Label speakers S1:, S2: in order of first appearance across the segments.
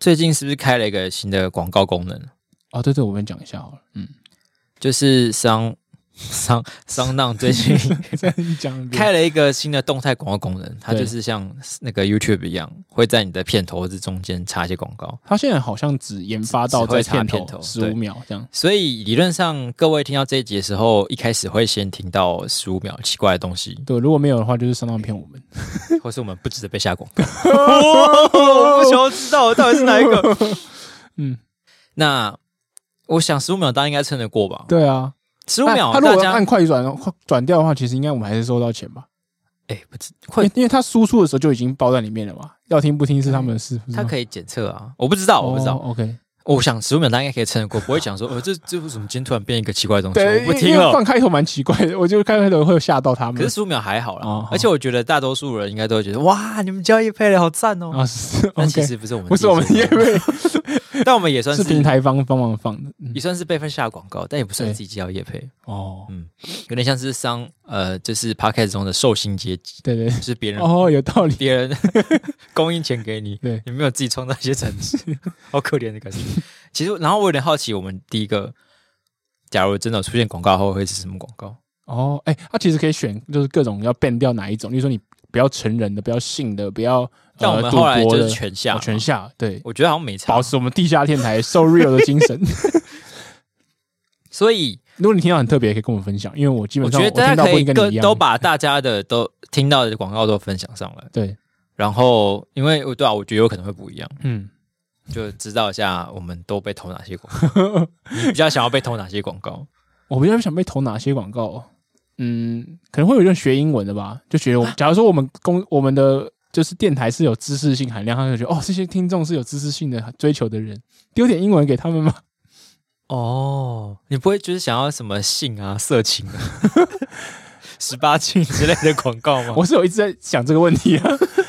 S1: 最近是不是开了一个新的广告功能？
S2: 哦，对对，我跟你讲一下好了。嗯，
S1: 就是商商商浪最 近
S2: 再 你讲一遍
S1: 开了一个新的动态广告功能，它
S2: 对
S1: 就是像那个 YouTube 一样，会在你的片头或者中间插一些广告。
S2: 他现在好像只研发到
S1: 只会
S2: 在
S1: 插
S2: 片
S1: 片头
S2: 头十五
S1: 对
S2: 秒这样。
S1: 所以理论上，各位听到这一集的时候，一开始会先听到十五秒奇怪的东 西，
S2: 对，如果没有的话，就是上当骗我们。
S1: 或是我们不值得被下广告。我哦不想要知道我到底是哪一 个。
S2: 嗯，
S1: 那我想十五秒大家应该撑得过吧？
S2: 对啊，
S1: 十五秒
S2: 他如
S1: 大
S2: 果
S1: 家
S2: 按快转快转掉的话，其实应该我们还是收到钱吧？
S1: 哎、不知
S2: 因
S1: 会
S2: 为因为他输出的时候就已经包在里面了嘛，要听不听是他们的事。
S1: 它可以检测啊，我不知道，我不知道。
S2: 哦 OK，
S1: 我想十五秒大家应该可以撑得过，不会讲 说，呃，这这为什么今天突然变一个奇怪的东西？
S2: 对，
S1: 我不
S2: 因
S1: 听
S2: 因为
S1: 了。
S2: 放开头蛮奇怪的，我就开头会吓到他
S1: 可
S2: 们
S1: 是。十五秒还好啦，
S2: 哦好
S1: 而且我觉得大多数人应该都会觉得，哇，你们交易配了好赞哦。
S2: 啊，是
S1: 但其
S2: OK，
S1: 实不是我们，
S2: 不是我们因为
S1: 但我们也算
S2: 是
S1: 是
S2: 平台方帮忙放的。嗯
S1: 也算是被分下广告，但也不算自己接到业配，
S2: 哦，
S1: 有点像是商呃，就是 podcast 中的寿星阶级，
S2: 对对，
S1: 就是别人、
S2: 哦，有道理。
S1: 别人 供应钱给你，
S2: 对
S1: 你没有自己创造一些产值， 好可怜的感觉。其实，然后我有点好奇，我们第一个，假如真的有出现广告后会是什么广告？
S2: 哦，哎、他其实可以选，就是各种要变掉哪一种，例如说你不要成人的，不要性的，不要
S1: 但我
S2: 呃
S1: 们
S2: 赌
S1: 后来
S2: 博
S1: 就是
S2: 的，
S1: 全下嘛，
S2: 哦全下，对，
S1: 我觉得好像没差
S2: 保，持我们地下电台 so real 的精 神。
S1: 所以
S2: 如果你听到很特别，可以跟我们分享，因为我基
S1: 我
S2: 本
S1: 觉
S2: 上
S1: 得大
S2: 我
S1: 家
S2: 听到
S1: 可
S2: 不
S1: 以
S2: 会跟
S1: 各
S2: 你一
S1: 都
S2: 样。
S1: 把大家的都听到的广告都分享上来，
S2: 对，
S1: 然后因为我对啊，我觉得有可能会不一样，
S2: 嗯，
S1: 就知道一下我们都被投哪些广 告，你比较想要被投哪些广告？
S2: 我比较想被投哪些广告、哦？嗯，可能会有人学英文的吧，就觉得我们，假如说我们公我们的就是电台是有知识性含量，他就觉得哦，这些听众是有知识性的追求的人，丢点英文给他们吗？
S1: 哦，你不会就是想要什么性啊、色情啊、 十八禁之类的广告吗？
S2: 我是有一直在想这个问题 啊。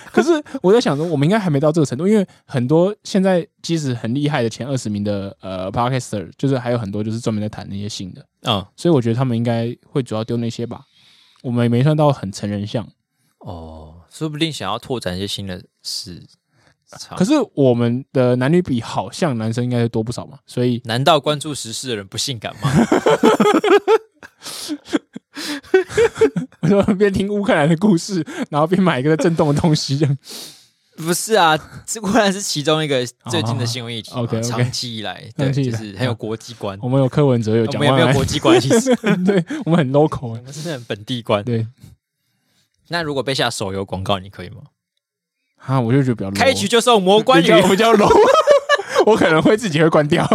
S2: 可是我在想说，我们应该还没到这个程度，因为很多现在即使很厉害的前二十名的呃 podcaster，就是还有很多就是专门在谈那些性的，
S1: 嗯，
S2: 所以我觉得他们应该会主要丢那些吧。我们也没算到很成人向，
S1: 哦，说不定想要拓展一些新的市场。
S2: 啊可
S1: 是，
S2: 是我们的男女比好像男生应该多不少嘛，所以
S1: 难道关注时事的人不性感吗？
S2: 我说边听乌克兰的故事，然后边买一个震动的东西，这样
S1: 不是啊，这固然是其中一 个最近的新闻议题嘛。
S2: 哦好好，OK，OK
S1: 长期以来，对，
S2: 长期以
S1: 就
S2: 来
S1: 是很有国际观。
S2: 我们有柯文哲有
S1: 我
S2: 讲
S1: 们有没有
S2: 完，
S1: 国际观意 识？
S2: 对我们很 local，
S1: 我
S2: 欸
S1: 们是很本地观。
S2: 对
S1: 那如果被下手游广告，你可以吗？
S2: 啊，我就觉得比较 low
S1: 开局就送魔关
S2: 比较
S1: 羽
S2: 比较 low，我 可能会自己会关掉。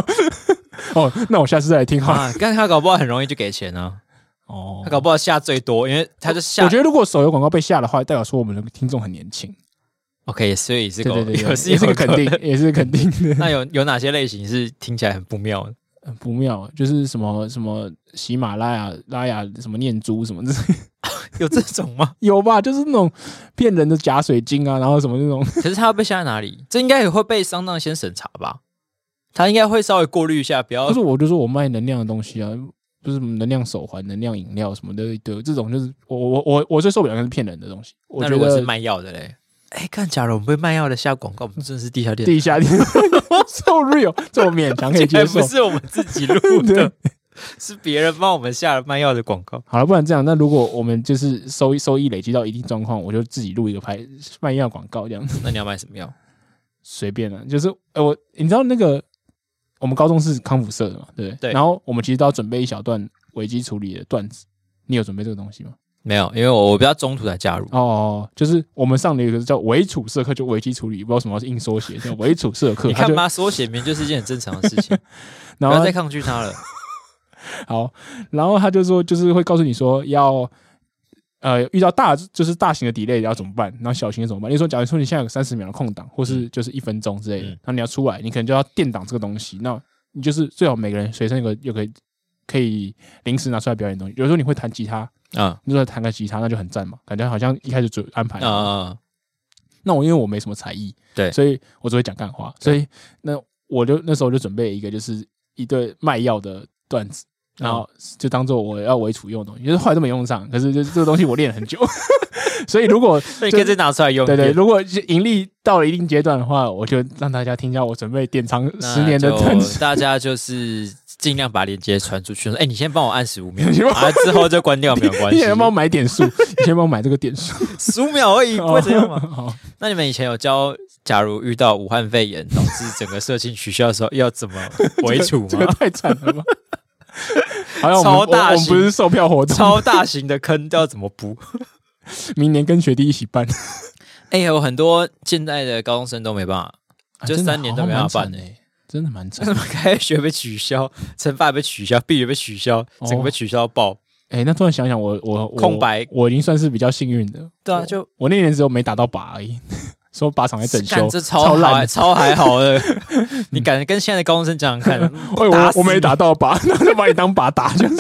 S2: 哦，那我下次再来听好了。
S1: 啊！但他搞不好很容易就给钱啊，
S2: 哦
S1: 他搞不好下最多，因为他就下
S2: 我觉得如果手游广告被下的话，代表说我们的听众很年轻。
S1: OK，所以是
S2: 对
S1: 个
S2: 对对，
S1: 有
S2: 也
S1: 是
S2: 也是
S1: 有
S2: 个肯定
S1: 可能。，
S2: 也是肯定的。
S1: 那有有哪些类型是听起来很不妙的？
S2: 很不妙，就是什么什么喜马拉雅、拉雅什么念珠什么的，
S1: 有这种吗？
S2: 有吧？就是那种骗人的假水晶啊，然后什么那种。
S1: 可是他要被下在哪里？这应该也会被商档先审查吧？他应该会稍微过滤一下，不要
S2: 可是我就说我卖能量的东西啊，不是什么能量手环、能量饮料什么的，对，这种就是我我我我最受不了就是骗人的东西。我
S1: 那
S2: 觉
S1: 如果是
S2: 得
S1: 卖药的嘞，哎，看，假如我们被卖药的下广告，我们真的是地下电台，
S2: 地下店 so real，这我勉强可 以接
S1: 还
S2: 受
S1: 不。是我们自己录
S2: 对
S1: 的，是别人帮我们下了卖药的广告。
S2: 好了，不然这样，那如果我们就是收益收益累积到一定状况，我就自己录一个拍卖药广告， 这样
S1: 那你要卖什么药？
S2: 随便了、就是呃，我你知道那个我们高中是康复社的嘛，对不
S1: 对
S2: 然后我们其实都要准备一小段危机处理的段子，你有准备这个东西吗？
S1: 没有，因为我我比较中途才加入。
S2: 哦哦，就是我们上了一个叫维处社课，就危机处理，不知道什么是硬缩写，叫维处社 课。
S1: 你
S2: 他
S1: 看
S2: 就
S1: 嘛，缩写名就是一件很正常的事情，不
S2: 然后
S1: 要
S2: 他
S1: 再抗拒它 了。
S2: 好，然后他就说，就是会告诉你说要。呃，遇到大就是大型的 delay 要怎么办？然后小型的怎么办？例如说，假如说你现在有三十秒的空档，或是就是一分钟之类
S1: 嗯
S2: 的，然后你要出来，你可能就要垫档这个东西。那你就是最好每个人随身有个有个可以临时拿出来表演的东西。有时候你会弹吉他，
S1: 啊
S2: 你说弹个吉他那就很赞嘛，感觉好像一开始就安排好了。
S1: 啊！
S2: 那我因为我没什么才艺，
S1: 对
S2: 所以我只会讲干话，所以那我就那时候就准备一个就是一对卖药的段子，然后
S1: 嗯
S2: 就当做我要为储用的东西，就是后来都没用上。可是就是这个东西我练了很久， 所以 如果
S1: 所以你可以再拿出来用。
S2: 对对，，如果是盈利到了一定阶段的话，我就让大家听一下我准备典藏十年的专辑。
S1: 大家就是尽量把链接传出去。说 哎，你先帮我按十五秒
S2: 你先，帮
S1: 啊，之后就关掉没有关
S2: 你
S1: 系
S2: 也。要帮我买点数，你先帮我买这个点数。
S1: 十五秒而已，不会怎样嘛？
S2: 好，
S1: 那你们以前有教，假如遇到武汉肺炎导致整个社庆取消的时候，要怎么为主
S2: 这个
S1: 吗？
S2: 太惨了吧！ 好像我们
S1: 超大
S2: 我我们不是售票活动，
S1: 超大型的坑要怎么补？
S2: 明年跟学弟一起办，
S1: 哎，有很多现在的高中生都没办 法，就
S2: 啊真的
S1: 三年都没办法办
S2: 好像蛮惨
S1: 欸
S2: 的欸真的蛮惨
S1: 什。么开学被取消，惩罚被取消，毕业被取消，
S2: 哦
S1: 整个被取消到爆。
S2: 哎、那突然想想我，我我
S1: 空白
S2: 我已经算是比较幸运的。
S1: 对啊，就
S2: 我那年只有没打到靶而已， 说靶场在整修
S1: 干，这超
S2: 烂
S1: 还
S2: 的。
S1: 超还好的。你敢跟现在的高中生讲讲 看？
S2: 哎、
S1: 打
S2: 我
S1: 死
S2: 我没
S1: 你，
S2: 打到靶， 那就把你当靶 打，就是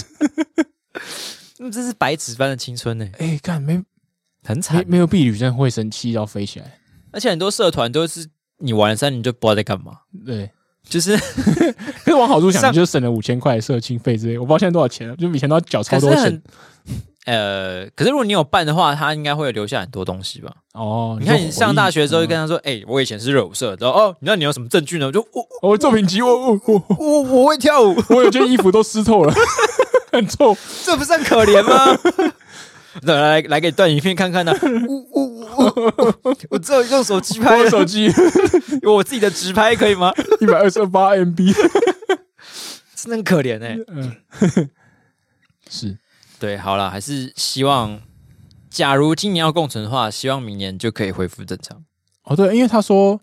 S1: 嗯这是白纸般的青春呢，
S2: 哎，看、没
S1: 很
S2: 没
S1: 惨。
S2: 没有婢女真的会生气要飞起来。
S1: 而且很多社团都是你玩了三年就不知道在干嘛，
S2: 对，
S1: 就是
S2: 可是往好处想，
S1: 上
S2: 你就省了五千块的社庆费之类，我不知道现在多少钱了，就以前都要缴超
S1: 可是
S2: 多钱
S1: 很。呃，可是如果你有办的话，他应该会留下很多东西吧？
S2: 哦。
S1: 你看
S2: 说嗯
S1: 你上大学的时候就
S2: 回忆
S1: 跟他说：“哎、我以前是热舞社的。”哦，那你有什么证据呢？我就我
S2: 嗯哦，作品集，我我我
S1: 我我会跳舞，
S2: 我有件衣服都湿透了， 很臭。
S1: 这不是很可怜吗？来来来，给你段影片看 看呢、我我我我我只有用手机
S2: 我
S1: 拍
S2: 有，手机
S1: 有我自己的直拍可以吗？
S2: 一百二十八 MB，
S1: 真的很可怜哎、
S2: 嗯，是
S1: 对，好啦，还是希望，假如今年要共存的话，希望明年就可以恢复正常。
S2: 哦，对，因为他说，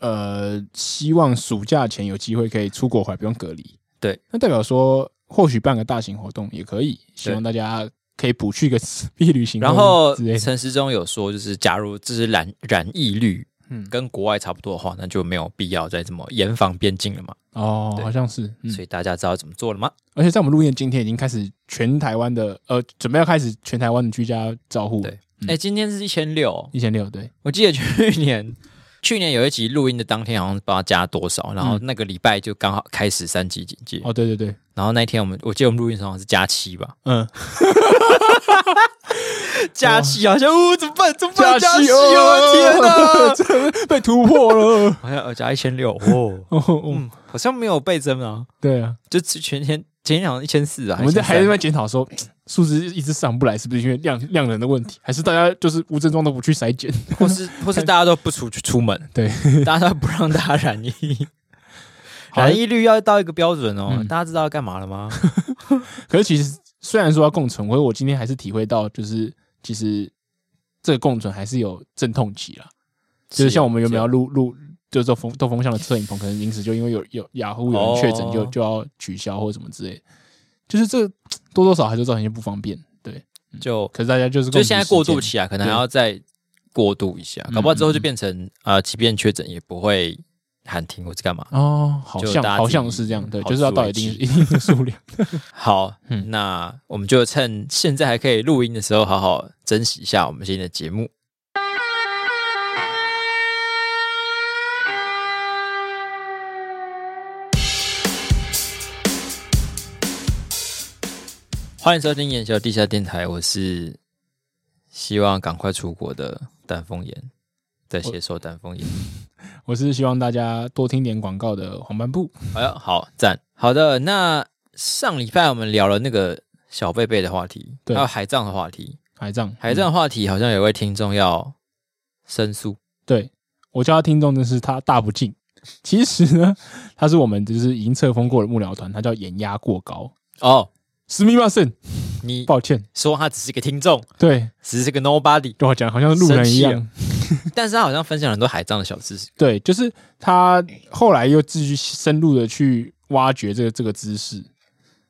S2: 呃，希望暑假前有机会可以出国回来，不用隔离。
S1: 对，
S2: 那代表说，或许办个大型活动也可以，希望大家可以补去个 毕旅行或
S1: 然后
S2: 者之类的。
S1: 陈时中有说，就是假如这是染染疫率
S2: 嗯，
S1: 跟国外差不多的话，那就没有必要再这么严防边境了嘛。
S2: 哦，
S1: 对
S2: 好像是，嗯，
S1: 所以大家知道怎么做了吗？
S2: 而且在我们录音的今天已经开始全台湾的，呃，准备要开始全台湾的居家照护，
S1: 对哎、今天是一千六，
S2: 一千六，对，
S1: 我记得去年， 去年有一集录音的当天，好像不知道加多少，然后那个礼拜就刚好开始三级警戒，
S2: 嗯哦，对对对，
S1: 然后那一天我们，我记得我们录音的时候好像是加七吧，
S2: 嗯，
S1: 加七好像，哦，怎么办？怎么办？ 加七
S2: 息
S1: 哦，天 哪！
S2: 哪，被突破了，
S1: 好像呃加一千六哦，
S2: 哦，哦
S1: 嗯， 好像没有倍增啊，
S2: 对啊，
S1: 就全天前天好像一千四啊，
S2: 我们在还在那
S1: 1300
S2: 边检讨说，数字一直上不来，是不是因为量量人的问题，还是大家就是无症状都不去筛检？
S1: 或是或是大家都不出去出门，
S2: 对，
S1: 大家都不让大家染疫，
S2: 好
S1: 染疫率要到一个标准哦
S2: 嗯，
S1: 大家知道要干嘛了吗？
S2: 可是其实虽然说要共存，可是我今天还是体会到，就是其实这个共存还是有阵痛期啦。 就是像我们原本要录录，就是做风斗风向的摄影棚，可能临时就因为有有雅虎有人确诊，
S1: 哦
S2: 就就要取消或者什么之类的，就是这多多少还是造成一些不方便。对，
S1: 就
S2: 可是大家就是
S1: 就现在过
S2: 共存
S1: 渡
S2: 时间，
S1: 期啊，可能还
S2: 对
S1: 要再过渡一下，
S2: 嗯
S1: 搞不好之后就变成啊，呃即便确诊也不会喊停或是干嘛。
S2: 哦，好
S1: 就
S2: 像
S1: 大家
S2: 好
S1: 自己
S2: 像是这样，对，
S1: 好
S2: 就是要
S1: 自
S2: 到
S1: 为
S2: 一定
S1: 之
S2: 一定的数量。
S1: 好，
S2: 嗯
S1: 那我们就趁现在还可以录音的时候，好好珍惜一下我们今天的节目。欢迎收听《研究地下电台》，我是希望赶快出国的丹凤眼，在写手丹凤眼。
S2: 嗯我是希望大家多听点广告的黄斑布。
S1: 哎呀，好赞！好的，那上礼拜我们聊了那个小贝贝的话题，
S2: 对嗯
S1: 还有海葬的话题。
S2: 海葬，
S1: 海葬的话题好像有位听众要申诉，
S2: 对我叫他听众，真是他大不敬。其实呢，他是我们就是已经册封过的幕僚团，他叫眼压过高。
S1: 哦，
S2: 史密马森，
S1: 你
S2: 抱歉，
S1: 说他只是个听众，
S2: 对，
S1: 只是个 nobody，
S2: 跟我讲好像路人一
S1: 生啊
S2: 样。
S1: 但是他好像分享了很多海葬的小知识。
S2: 对，就是他后来又继续深入的去挖掘这个这个知识，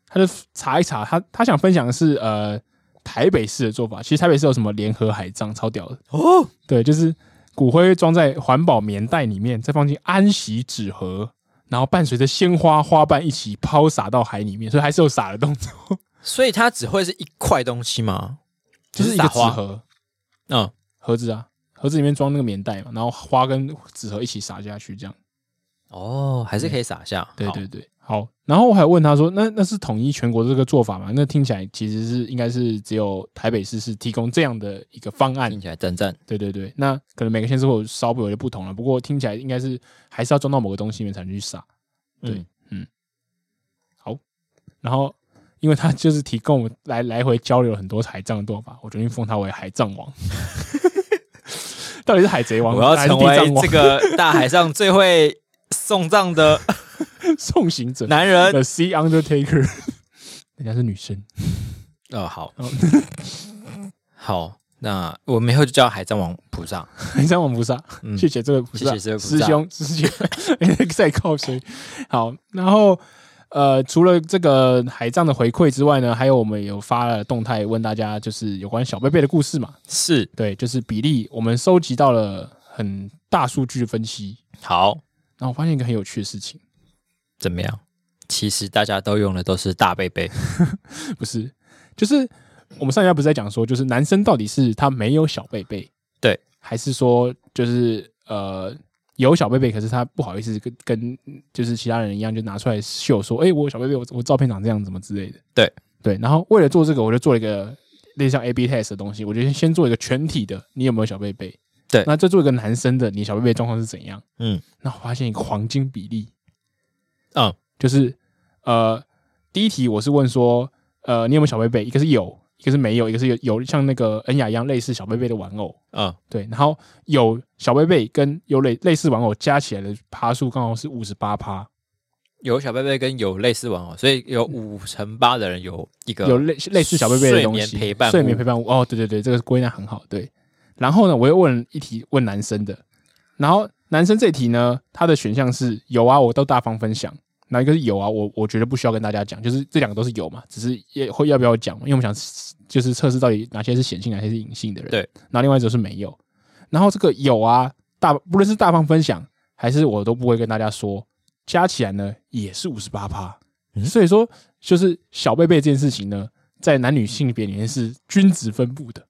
S2: 他就查一查，他他想分享的是呃台北市的做法。其实台北市有什么联合海葬，超屌的。
S1: 哦，
S2: 对，就是骨灰装在环保棉袋里面，再放进安息纸盒，然后伴随着鲜花花瓣一起抛洒到海里面，所以还是有撒的动作，
S1: 所以他只会是一块东西吗？
S2: 就是一
S1: 撒
S2: 个纸
S1: 花。
S2: 盒
S1: 嗯，
S2: 盒子啊，盒子里面装那个棉袋嘛，然后花跟纸盒一起撒下去，这样。
S1: 哦，还是可以撒下。
S2: 对
S1: 好
S2: 对对，好，然后我还问他说：“那那是统一全国这个做法吗？”那听起来其实是应该是只有台北市是提供这样的一个方案
S1: 听，起来赞赞。
S2: 对对对，那可能每个县市会有稍微有些不同了，不过听起来应该是还是要装到某个东西里面才能去撒。对
S1: 嗯，
S2: 然后，因为他就是提供我来来回交流很多海藏的做法，我决定封他为海藏王。 到底是海贼王，
S1: 我要
S2: 还是
S1: 成
S2: 地藏
S1: 为
S2: 王
S1: 这个大海上最会送葬的
S2: 送行者
S1: 男人。
S2: ，The Sea Undertaker。人家是女生，
S1: 哦，好
S2: 哦，
S1: 好，那我们以后就叫海藏王菩萨。
S2: 海藏王菩萨，
S1: 嗯，
S2: 谢谢这位菩
S1: 谢
S2: 萨，
S1: 谢这位菩
S2: 师
S1: 萨
S2: 兄 师姐，在靠谁？好，然后呃，除了这个海藏的回馈之外呢，还有我们有发了动态问大家，就是有关小贝贝的故事嘛。
S1: 是
S2: 对，就是比例，我们收集到了很大数据的分析，
S1: 好，
S2: 然后我发现一个很有趣的事情，
S1: 怎么样？其实大家都用的都是大贝贝，
S2: 不是，就是我们上一家不是在讲说，就是男生到底是他没有小贝贝，
S1: 对，
S2: 还是说就是呃有小贝贝，可是他不好意思跟跟就是其他人一样，就拿出来秀说，哎、我有小贝贝，我我照片长这样，怎么之类的，
S1: 对
S2: 对，然后为了做这个，我就做了一个。类似像 A/B test 的东西，我就先先做一个全体的，你有没有小贝贝？
S1: 对
S2: 那再做一个男生的，你小贝贝状况是怎样？
S1: 嗯
S2: 那我发现一个黄金比例，
S1: 嗯，
S2: 就是呃，第一题我是问说，呃，你有没有小贝贝？一个是有，一个是没有，一个是有有像那个恩雅一样类似小贝贝的玩偶，
S1: 嗯，
S2: 对，然后有小贝贝跟有类类似玩偶加起来的趴数刚好是五十八趴，
S1: 有小贝贝跟有类似玩偶，所以有五乘八的人有一个
S2: 有类类似小贝贝的东西，
S1: 睡眠陪伴
S2: 睡眠
S1: 屋
S2: 陪伴屋哦，对对对，这个归纳很好，对。然后呢，我又问一题问男生的，然后男生这题呢，他的选项是有啊，我都大方分享。然后一个是有啊，我我觉得不需要跟大家讲，就是这两个都是有嘛，只是也会要不要讲嘛，因为我们想就是测试到底哪些是显性，哪些是隐性的人。
S1: 对
S2: 然后另外一种是没有，然后这个有啊，大不论是大方分享还是我都不会跟大家说，加起来呢也是五十八趴。
S1: 嗯
S2: 所以说，就是小贝贝这件事情呢，在男女性别里面是均值分布的。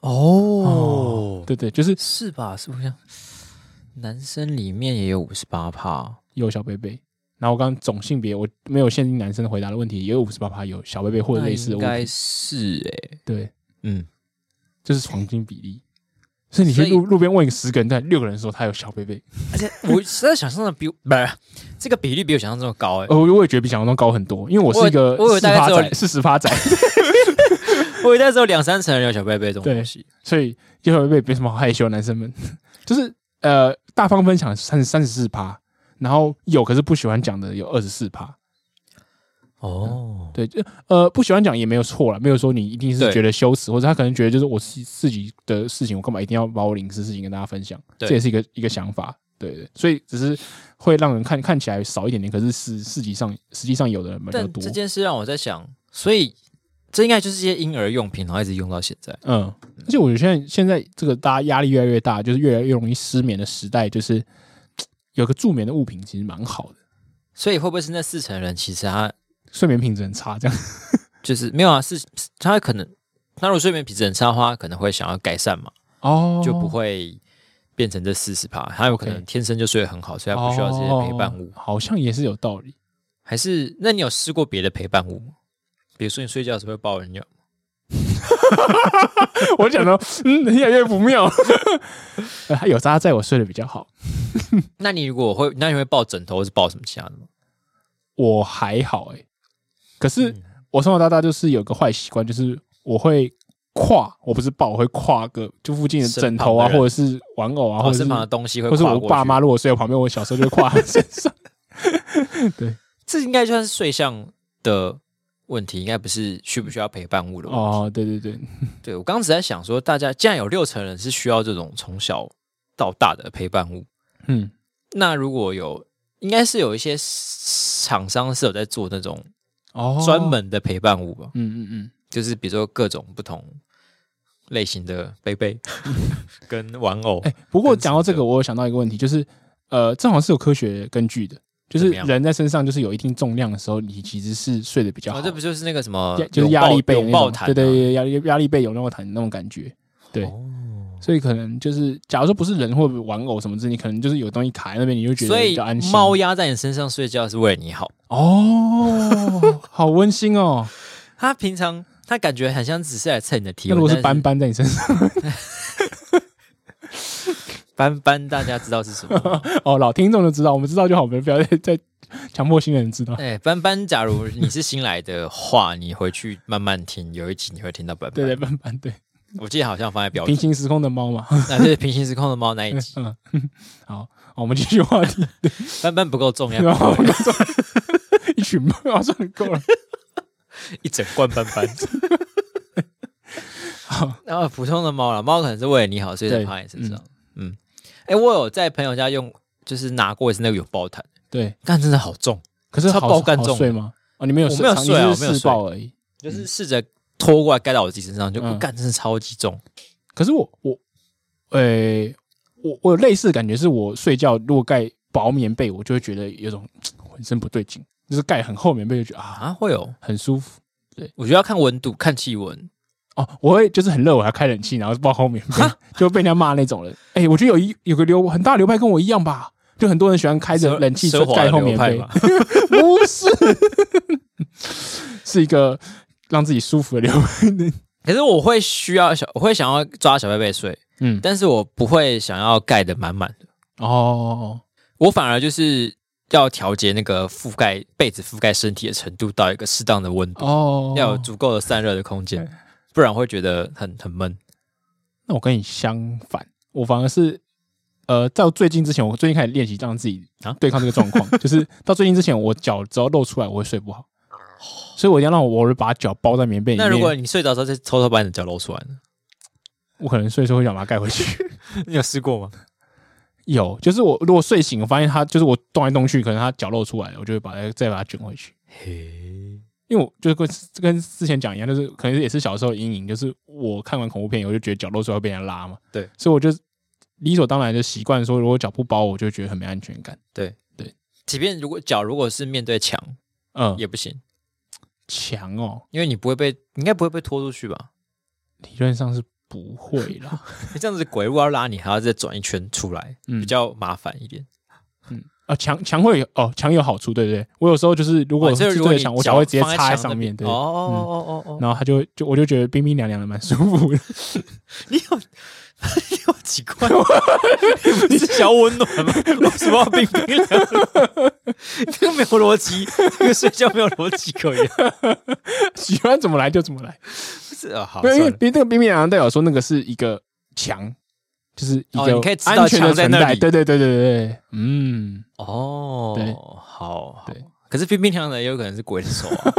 S1: 哦，
S2: 对对，就是
S1: 是吧？是不是？男生里面也有五十八帕，
S2: 有小贝贝。然后我刚刚总性别我没有限定男生的回答的问题，也有五十八趴有小贝贝或者类似
S1: 那应
S2: 的问
S1: 该
S2: 题。
S1: 是哎、
S2: 对，
S1: 嗯，
S2: 这是黄金比例。所以你去
S1: 所以
S2: 路路边问一个十个人，但六个人说他有小贝贝，
S1: 而且 我实在想象的比不是这个比率比我想象中的高哎、
S2: 呃，我我也觉得比想象中高很多，因为我是一个
S1: 我有我有
S2: 四
S1: 大概
S2: 趴
S1: 只有
S2: 仔，四十趴仔，
S1: 我以为那时候两三成人有小贝贝这种东西，
S2: 所以就会被没什么好害羞的男生们， 就是呃大方分享三三十四趴，然后有可是不喜欢讲的有二十四趴，
S1: 哦，
S2: 对，就呃不喜欢讲也没有错了，没有说你一定是
S1: 对
S2: 觉得羞耻，或者他可能觉得就是我自自己的事情，我干嘛一定要把我隐私事情跟大家分享？
S1: 对
S2: 这也是一个一个想法，对对，所以只是会让人看看起来少一点点，可是实实际上实际上有的人比较
S1: 但
S2: 多
S1: 这，件事让我在想，所以这应该就是一些婴儿用品，然后一直用到现在。
S2: 嗯，而且我觉得现在现在这个大家压力越来越大，就是越来越容易失眠的时代，就是嘖有个助眠的物品其实蛮好的，
S1: 所以会不会是那四成人其实他
S2: 睡眠品质很差，这样
S1: 就是没有啊？是他可能他如果睡眠品质很差的话，可能会想要改善嘛，
S2: 哦
S1: 就不会变成这四十趴。他有可能
S2: OK
S1: 天生就睡得很好，所以他不需要这些陪伴物。
S2: 哦好像也是有道理。
S1: 还是那你有试过别的陪伴物吗？比如说你睡觉的时候会抱人尿，
S2: 我讲到，嗯，越来越不妙。 呃还有渣在我睡得比较好，
S1: 那你如果会，那你会抱枕头或是抱什么其他的吗？
S2: 我还好哎、可是
S1: 嗯
S2: 我从小到大就是有个坏习惯，就是我会跨，我不是抱，我会跨个就附近的枕头
S1: 身旁
S2: 啊，
S1: 的人
S2: 或者是玩偶啊，
S1: 然
S2: 或
S1: 后
S2: 者是
S1: 哦身旁的东西会
S2: 或是
S1: 跨
S2: 我
S1: 过
S2: 爸
S1: 去
S2: 妈如果睡在旁边，我小时候就会跨他身 上。
S1: 这应该算是睡相的问题，应该不是需不需要陪伴物的问题。
S2: 哦，对对对，
S1: 对我刚刚只在想说，大家既然有六成人是需要这种从小到大的陪伴物，
S2: 嗯，
S1: 那如果有，应该是有一些厂商是有在做那种
S2: 哦
S1: 专，门的陪伴物吧，
S2: 嗯嗯嗯，
S1: 就是比如说各种不同类型的背 背跟玩偶，
S2: 哎、不过
S1: 跟
S2: 讲到这
S1: 什
S2: 个，我有想到一个问题，就是呃，这好像是有科学根据的，就是
S1: 怎么样
S2: 人在身上就是有一定重量的时候，你其实是睡得比较好，
S1: 哦，这不就是那个什么
S2: 压就是
S1: 拥
S2: 压
S1: 抱
S2: 力被
S1: 拥抱啊毯、
S2: 对对，对，压力压力被有那种弹那种感觉，对
S1: 哦，
S2: 所以可能就是假如说不是人或者玩偶什么之类，你可能就是有东西卡在那边，你就觉得
S1: 所
S2: 比
S1: 以
S2: 较安心。
S1: 猫压在你身上睡觉是为了你好，
S2: 哦，好温馨哦。
S1: 他平常他感觉很像只是来测你的体
S2: 那
S1: 温，
S2: 如果是
S1: 但
S2: 斑斑在你身上，
S1: 斑斑，大家知道是什 么吗？
S2: 哦，老听众就知道，我们知道就好，我们不要再再强迫新人知道。
S1: 哎、斑斑，假如你是新来的话，你回去慢慢听，有一集你会听到斑斑。
S2: 对对，斑斑对，
S1: 我记得好像放在表
S2: 平
S1: 里，
S2: 行时空的猫嘛。
S1: 那就是平行时空的猫那一 集。
S2: 嗯，好，我们继续话题。
S1: 斑斑不够重要，
S2: 然后我们说 一群猫，啊算了，够了。
S1: 一整罐斑斑。
S2: 好，
S1: 然后普通的猫啦，猫可能是为了你好，所以才
S2: 对
S1: 趴在你身上。嗯，哎、我有在朋友家用，就是拿过一次那个有爆弹，
S2: 对，
S1: 但真的好重，
S2: 可是
S1: 它
S2: 好
S1: 爆干
S2: 好
S1: 重
S2: 睡吗？哦，你没有
S1: 我
S2: 睡，
S1: 没有
S2: 长
S1: 睡啊
S2: 你
S1: 我
S2: 是
S1: 没有
S2: 试
S1: 睡
S2: 爆而已。
S1: 就是试着拖过来盖到我自己身上，就
S2: 嗯
S1: 干、真的超级重。
S2: 可是我我，诶、我我有类似的感觉，是我睡觉如果盖薄棉被，我就会觉得有种嘖浑身不对劲，就是盖很厚棉被就觉得啊
S1: 啊，会有，
S2: 很舒服。
S1: 我觉得要看温度，看气温。
S2: 哦，我会就是很热，我还开冷气，然后抱厚棉被，就被人家骂那种人。哎、我觉得有一有个流很大流派跟我一样吧，就很多人喜欢开着冷气
S1: 奢华
S2: 盖
S1: 的
S2: 厚
S1: 流
S2: 棉
S1: 派
S2: 被
S1: 嘛，，
S2: 不是， 是一个让自己舒服的流派。
S1: 可是我会需要小，我会想要抓小贝贝睡，
S2: 嗯，
S1: 但是我不会想要盖的满满的，
S2: 哦，
S1: 我反而就是要调节那个覆盖被子覆盖身体的程度到一个适当的温度，
S2: 哦，
S1: 要有足够的散热的空间，不然会觉得很很闷。
S2: 那我跟你相反，我反而是呃，到最近之前，我最近开始练习让自己
S1: 啊
S2: 对抗这个状 况，就是到最近之前，我脚只要露出来，我会睡不好，所以我一定要让我偶尔把脚包在棉被里面。
S1: 那如果你睡着之后再偷偷把你的脚露出来 呢？
S2: 我可能睡的时候会想把它盖回去。
S1: 你有试过吗？
S2: 有，就是我如果睡醒，我发现它就是我动来动去，可能它脚露出来了，我就会把它再把它卷回去。
S1: 嘿，
S2: 因为我就是跟跟之前讲一样，就是可能也是小时候的阴影，就是我看完恐怖片，我就觉得脚露出来会被人家拉嘛，
S1: 对，
S2: 所以我就理所当然就习惯说，如果脚不包，我就觉得很没安全感。
S1: 即便如果脚如果是面对墙
S2: 嗯，
S1: 也不行，
S2: 强哦，
S1: 因为你不会被，你应该不会被拖出去吧？
S2: 理论上是不会 啦。
S1: 这样子鬼如果要拉你，还要再转一圈出来，
S2: 嗯
S1: 比较麻烦一点。
S2: 啊，强强会有哦，强有好处，对不对？我有时候就是如果
S1: 哦
S2: 我
S1: 所以
S2: 是
S1: 如果
S2: 对
S1: 你
S2: 着墙，我脚会直接
S1: 放
S2: 插在
S1: 墙
S2: 上
S1: 的
S2: 面，对。嗯
S1: 哦哦哦哦哦，
S2: 然后它就就我就觉得冰冰凉凉的，蛮舒服的。
S1: 你有你有奇怪吗，你不是想要温暖吗？为什么要冰冰凉凉？这个没有逻辑，这个睡觉没有逻辑可言。
S2: 喜欢怎么来就怎么来，
S1: 不是啊，好，
S2: 没有因为
S1: 算了
S2: 冰这个冰冰凉凉代表说那个是一个墙，就是一
S1: 哦
S2: 个
S1: 你可以知道
S2: 安全的
S1: 墙在
S2: 存
S1: 那
S2: 在。
S1: 里
S2: 对对对对对，对嗯，对
S1: 哦，好，好
S2: 对。
S1: 可是冰冰凉凉的也有可能是鬼的手啊。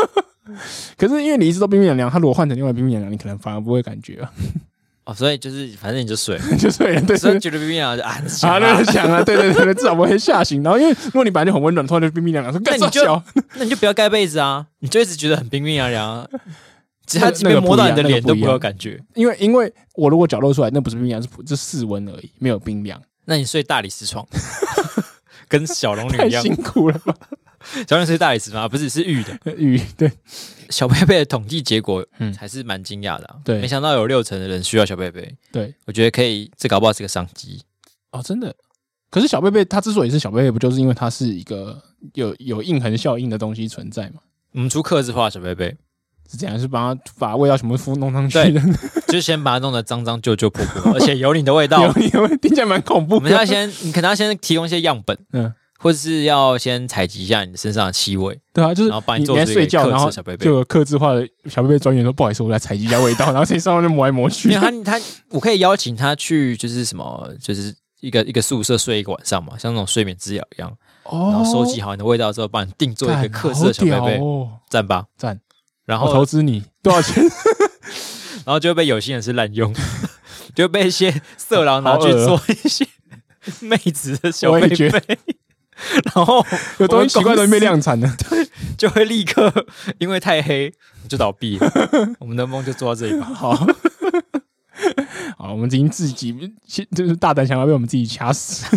S2: 可是因为你一直都冰冰凉凉，它如果换成另外冰冰凉凉，你可能反而不会感觉啊，
S1: 哦，所以就是反正你就睡了，
S2: 就是有人对
S1: 所
S2: 对
S1: 以觉得冰冰凉凉就啊，你
S2: 啊，
S1: 想
S2: 那
S1: 啊
S2: 个墙啊，对对对对，至少不会吓醒。然后因为如果你本来就很温暖，突然就冰冰凉凉，说干
S1: 那
S2: 啥
S1: 你就
S2: 小？
S1: 那你就不要盖被子啊，你就一直觉得很冰冰凉凉啊，只要
S2: 那
S1: 即便
S2: 那个
S1: 摸
S2: 不一
S1: 到
S2: 样
S1: 你的
S2: 那个
S1: 脸
S2: 不
S1: 都
S2: 一
S1: 不会有
S2: 样
S1: 感觉。
S2: 因为因为我如果脚露出来，那不是冰凉，是普是室温而已，没有 冰凉，
S1: 那你睡大理石床，跟小龙女
S2: 太
S1: 一样，
S2: 辛苦了吧？
S1: 小龙女睡大理石床啊，不是是玉的。
S2: 雨对，
S1: 小贝贝的统计结果，嗯，
S2: 嗯
S1: 还是蛮惊讶的、啊。
S2: 对
S1: 没想到有六成的人需要小贝贝。
S2: 对，
S1: 我觉得可以，这搞不好是个商机。
S2: 哦，真的。可是小贝贝它之所以是小贝贝，不就是因为它是一个有有印痕效应的东西存在吗？
S1: 我们出刻字化小贝 贝，
S2: 是这样，是把它把味道全部敷弄上去的，
S1: 就是先把它弄得脏脏旧旧破破，而且有你的味道
S2: 有。有听起来蛮恐怖
S1: 我们要
S2: 的。
S1: 先，你可能要先提供一些样本，
S2: 嗯，
S1: 或者是要先采集一下你身上的气 味，
S2: 对啊，就是
S1: 然后帮你
S2: 你
S1: 做
S2: 在
S1: 出一个
S2: 睡觉，
S1: 克制
S2: 然后
S1: 小贝贝
S2: 就有克制化的小贝贝专员说：“不好意思，我来采集一 下味道。”然后自己上面就抹来抹去
S1: 因。为他他，我可以邀请他去，就是什么，就是一个一个宿舍睡一个晚上嘛，像那种睡眠之疗一样，
S2: 哦
S1: 然后收集好你的味道之后，帮你定做一个
S2: 干
S1: 克制的小
S2: 好
S1: 贝贝，
S2: 屌哦，
S1: 赞吧，
S2: 赞！
S1: 然
S2: 我
S1: 后
S2: 投资你多少钱？
S1: 然后就被有心人士滥用， 就被一些色狼拿
S2: 好
S1: 去
S2: 恶哦
S1: 做一些妹子的小
S2: 我
S1: 贝
S2: 也觉
S1: 贝， 然后
S2: 有东西奇怪的被量产的。
S1: 就会立刻因为太黑就倒闭 了。我们的梦就做到这里吧。
S2: 好， 好，我们已经自己先就是大胆想要被我们自己掐 死。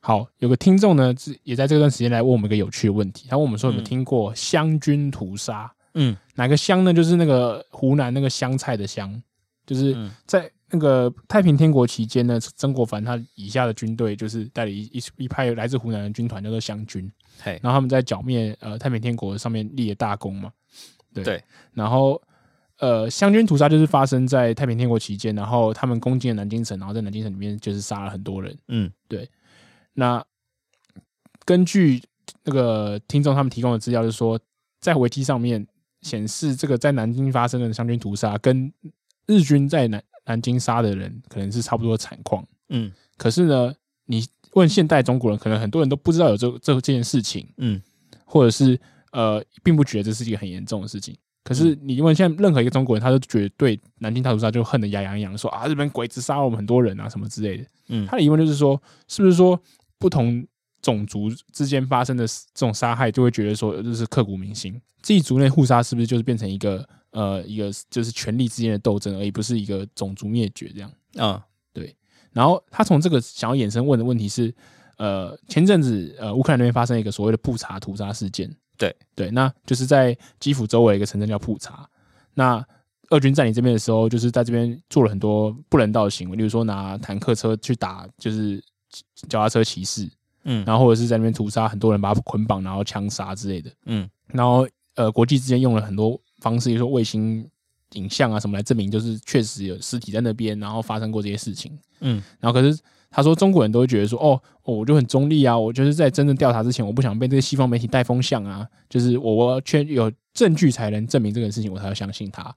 S2: 好，有个听众呢，是也在这段时间来问我们一个有趣的问题，他问我们说有没有
S1: 嗯
S2: 听过湘军屠杀？
S1: 嗯，
S2: 哪个湘呢？就是那个湖南那个湘菜的湘，就是
S1: 嗯
S2: 在那个太平天国期间呢，曾国藩他以下的军队就是带领一一一派来自湖南的军团叫做湘军，
S1: 嘿，
S2: 然后他们在剿灭呃太平天国上面立了大功嘛。对，
S1: 对
S2: 然后呃湘军屠杀就是发生在太平天国期间，然后他们攻进了南京城，然后在南京城里面就是杀了很多人。
S1: 嗯，
S2: 那根据那个听众他们提供的资料，就是说在维基上面显示，这个在南京发生的湘军屠杀跟日军在南南京杀的人可能是差不多的惨况。
S1: 嗯
S2: 可是呢，你问现代中国人，可能很多人都不知道有这这这件事情，
S1: 嗯，
S2: 或者是呃，并不觉得这是一个很严重的事情。可是
S1: 嗯
S2: 你问现在任何一个中国人，他都觉得对南京大屠杀就恨得牙痒痒，说啊日本鬼子杀了我们很多人啊什么之类的。
S1: 嗯
S2: 他的疑问就是说，是不是说不同种族之间发生的这种杀害，就会觉得说呃这是刻骨铭心？自己族内互杀是不是就是变成一个呃一个就是权力之间的斗争，而已，不是一个种族灭绝这样？
S1: 啊，
S2: 然后他从这个想要衍生问的问题是，呃，前阵子呃乌克兰那边发生一个所谓的布查屠杀事件，
S1: 对
S2: 对，那就是在基辅周围一个城镇叫布查，那。俄军占领这边的时候，就是在这边做了很多不人道的行为，例如说拿坦克车去打就是脚踏车骑士，
S1: 嗯
S2: 然后或者是在那边屠杀很多人，把他捆绑然后枪杀之类的。
S1: 嗯
S2: 然后呃，国际之间用了很多方式，比如说卫星影像啊什么来证明，就是确实有尸体在那边，然后发生过这些事情。
S1: 嗯
S2: 然后可是他说中国人都会觉得说，哦哦，我就很中立啊，我就是在真正调查之前，我不想被这个西方媒体带风向啊，就是我我要确有证据才能证明这个事情，我才要相信他。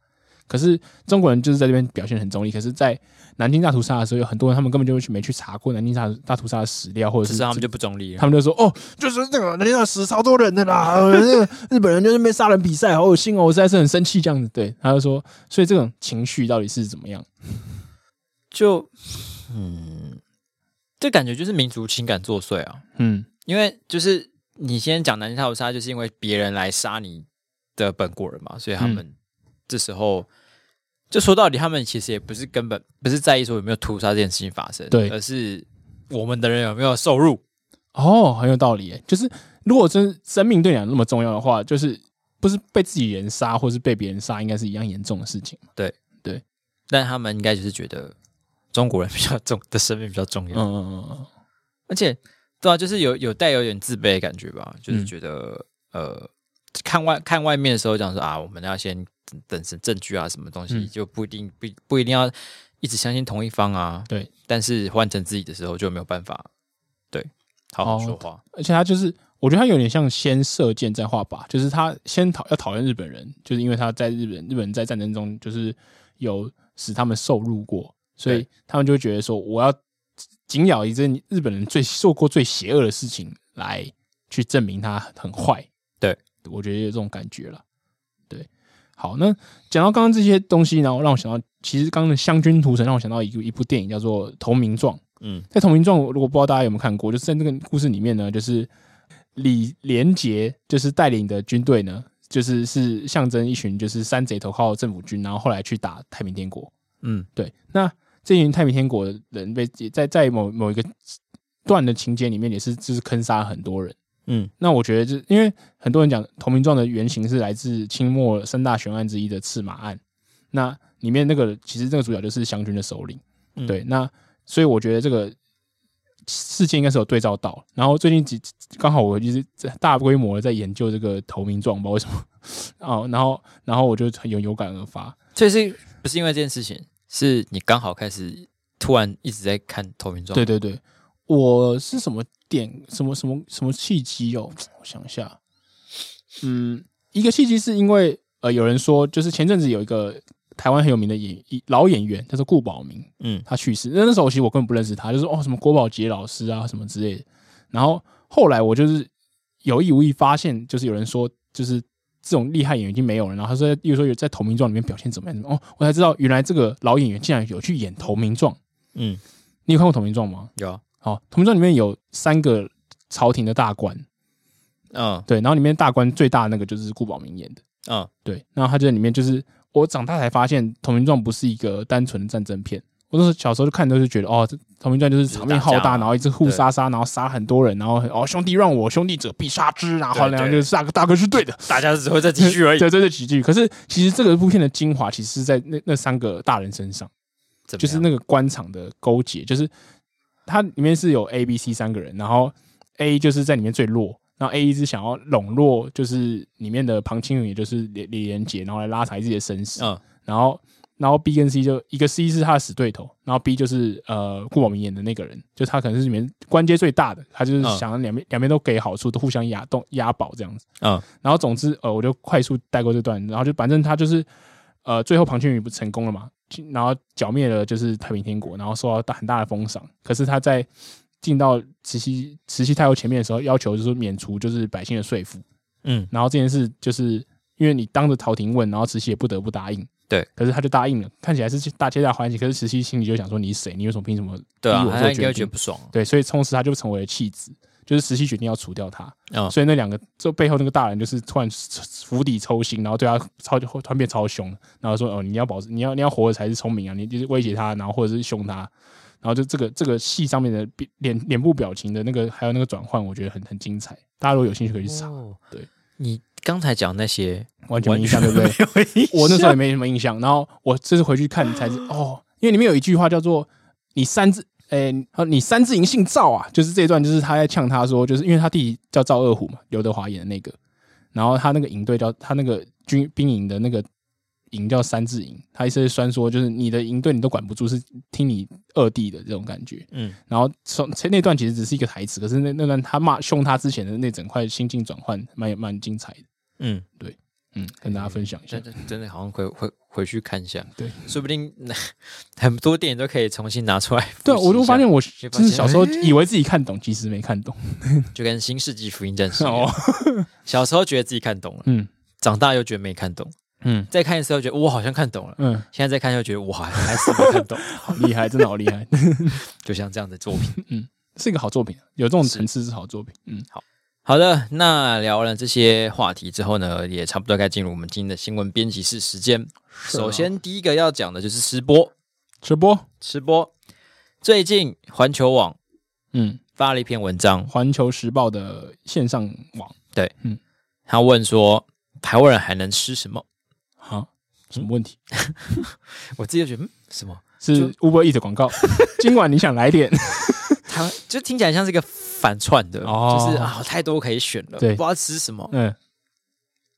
S2: 可是中国人就是在这边表现很中立，可是，在南京大屠杀的时候，有很多人他们根本就没去查过南京大大屠杀的史料，或者
S1: 可
S2: 是
S1: 是他们就不中立了，
S2: 他们就说哦，就是那个那要死超多人的啦，呃那个日本人就是被杀人比赛，好恶心哦，我实在是很生气这样子。对，他就说，所以这种情绪到底是怎么样？
S1: 就嗯，这感觉就是民族情感作祟啊，
S2: 嗯
S1: 因为就是你先讲南京大屠杀，就是因为别人来杀你的本国人嘛，所以他们这时候、就说到底，他们其实也不是根本不是在意说有没有屠杀这件事情发生，
S2: 对
S1: 而是我们的人有没有受辱，
S2: 哦，很有道理耶。就是如果真生命对你来讲那么重要的话，就是不是被自己人杀，或是被别人杀，应该是一样严重的事情嘛。
S1: 但他们应该就是觉得中国人比较重的生命比较重要，
S2: 嗯嗯嗯嗯
S1: 而且对啊，就是有有带有点自卑的感觉吧，就是
S2: 嗯
S1: 觉得、呃，看外看外面的时候讲说啊，我们要先等等证证据啊，什么东西、
S2: 嗯
S1: 就不一定不不一定要一直相信同一方啊，
S2: 对，
S1: 但是换成自己的时候就没有办法，对，好好
S2: 哦
S1: 说话，
S2: 而且他就是，我觉得他有点像先射箭再画靶，就是他先讨要讨厌日本人，就是因为他在日本日本人在战争中就是有使他们受辱过，所以
S1: 对
S2: 他们就会觉得说，我要紧咬一针日本人最做过最邪恶的事情来去证明他很坏。
S1: 嗯对，
S2: 我觉得有这种感觉了。对，好，那讲到刚刚这些东西，然后让我想到，其实刚刚的湘军屠城让我想到一个一部电影叫做《投名状》。
S1: 嗯
S2: 在《同名状》，如果不知道大家有没有看过，就是在这个故事里面呢，就是李连杰就是带领的军队呢，就是是象征一群就是山贼投靠政府军，然后后来去打太平天国。
S1: 嗯
S2: 对，那这群太平天国的人被在在某某一个段的情节里面，也是就是坑杀了很多人。
S1: 嗯
S2: 那我觉得就是因为很多人讲《投名状》的原型是来自清末三大悬案之一的赤马案，那里面那个其实这个主角就是湘军的首领，
S1: 嗯
S2: 对，那所以我觉得这个事件应该是有对照到。然后最近几刚好我就是大规模的在研究这个《投名状》，不知道为什么哦，然后然后我就很有有感而发，
S1: 所以是不是因为这件事情，是你刚好开始突然一直在看投名状，
S2: 对对对，我是什么点什么什么什么契机哦？我想一下，嗯，一个契机是因为呃，有人说就是前阵子有一个台湾很有名的演一老演员，他是顾宝明，
S1: 嗯
S2: 他去世。那那时候其实我根本不认识他，就是哦什么郭宝洁老师啊什么之类的。然后后来我就是有意无意发现，就是有人说就是这种厉害演员已经没有了。然后他说，例如说有在《投名状》里面表现怎么样怎么样哦，我才知道原来这个老演员竟然有去演《投名状》。
S1: 嗯，
S2: 你有看过《投名状》吗？
S1: 有啊，
S2: 好，《投名状》里面有三个朝廷的大官，
S1: 嗯
S2: 对，然后里面大官最大的那个就是顾宝明演的，
S1: 嗯
S2: 对，然后他就在里面就是我长大才发现，《投名状》不是一个单纯的战争片。我那时候小时候就看都是觉得哦，这《投名状》就是场面浩
S1: 就是打架
S2: 大，
S1: 嘛
S2: 然后一直互杀杀，然后杀很多人，然后很哦兄弟让我，兄弟者必杀之，然后
S1: 对
S2: 然后就是大哥大哥是对的，
S1: 大家只会再继 续而已，
S2: 对对对，几句。可是其实这个部片的精华其实是在那那三个大人身上。
S1: 怎么
S2: 就是那
S1: 样
S2: 个官场的勾结，就是它里面是有 A、B、C 三个人，然后 A 就是在里面最弱，然后 A 一直想要笼络，就是里面的庞青云，也就是李李连杰，然后来拉抬自己的身世，
S1: 嗯
S2: 然后。然后 B 跟 C 就一个 C 是他的死对头，然后 B 就是呃顾宝明演的那个人，就他可能是里面官阶最大的，他就是
S1: 嗯
S2: 想让两边、两边都给好处，都互相压动压宝这样子。
S1: 嗯
S2: 然后总之呃，我就快速带过这段，然后就反正他就是呃，最后庞青宇不成功了嘛，然后剿灭了就是太平天国，然后受到大很大的封赏。可是他在进到慈禧慈禧太后前面的时候，要求就是免除就是百姓的税赋，
S1: 嗯
S2: 然后这件事就是因为你当着朝廷问，然后慈禧也不得不答应。
S1: 对，
S2: 可是他就答应了，看起来是大皆大欢喜，可是慈禧心里就想说：“你是谁？你为什么凭什么
S1: 对啊
S2: 逼，我
S1: 他
S2: 做
S1: 应该
S2: 决
S1: 会觉得
S2: 定
S1: 不爽？”
S2: 对，所以从此他就成为了弃子，就是慈禧决定要除掉他。
S1: 嗯
S2: 所以那两个这背后那个大人就是突然釜底抽薪，然后对他超突然变超凶，然后说哦你要保持你要你要活着才是聪明啊，你就是威胁他，然后或者是凶他，然后就这个这个戏上面的比脸脸部表情的那个还有那个转换，我觉得很很精彩。大家如果有兴趣可以去查，
S1: 哦
S2: 对
S1: 你刚才讲那些
S2: 完全
S1: 完
S2: 没印象
S1: 全
S2: 对不对？
S1: 没有印
S2: 我那时候也
S1: 象
S2: 没什么印象，然后我这次回去看才知哦，因为里面有一句话叫做“你三字”，诶、他说你三字营姓赵啊，就是这一段，就是他在呛他说，就是因为他弟弟叫赵二虎嘛，刘德华演的那个，然后他那个营队叫他那个军兵营的那个营叫三字营，他一直在酸说，就是你的营队你都管不住，是听你二弟的这种感觉。
S1: 嗯
S2: 然后从那段其实只是一个台词，可是那那段他骂凶他之前的那整块心境转换，蛮蛮精彩的。
S1: 嗯，
S2: 嗯，跟大家分享一下
S1: 真。的真的好像回回回去看一下，
S2: 对，
S1: 说不定很多电影都可以重新拿出来。
S2: 对啊，我就发现，我
S1: 就发
S2: 真的
S1: 现
S2: 小时候以为自己看懂，其实没看 懂。
S1: 就跟《新世纪福音 战士》一
S2: 哦
S1: 样，，小时候觉得自己看懂了，
S2: 嗯
S1: 长大又觉得没看懂，
S2: 嗯
S1: 再看的时候觉得我好像看懂了，
S2: 嗯，
S1: 现在再看又觉得我还还是没 看懂，
S2: 好厉害，真的好厉害，
S1: 就像这样的作品。
S2: 是一个好作品，有这种层次是好作品。嗯，
S1: 好的，那聊了这些话题之后呢，也差不多该进入我们今天的新闻编辑室时间。
S2: 啊
S1: 首先，第一个要讲的就是吃播，
S2: 直播，
S1: 吃播。最近环球网
S2: 嗯，
S1: 发了一篇文
S2: 《
S1: 章，
S2: 环球时报》的线上网，
S1: 他问说台湾人还能吃什么？
S2: 哈，什么问题？
S1: 我自己就觉得，嗯，什么？
S2: 是 Uber Eat 广告，今晚你想来点？
S1: 台湾就听起来像是一个反串的，
S2: 哦
S1: 就是啊，太多可以选了，不
S2: 对
S1: 知道吃什么。
S2: 嗯，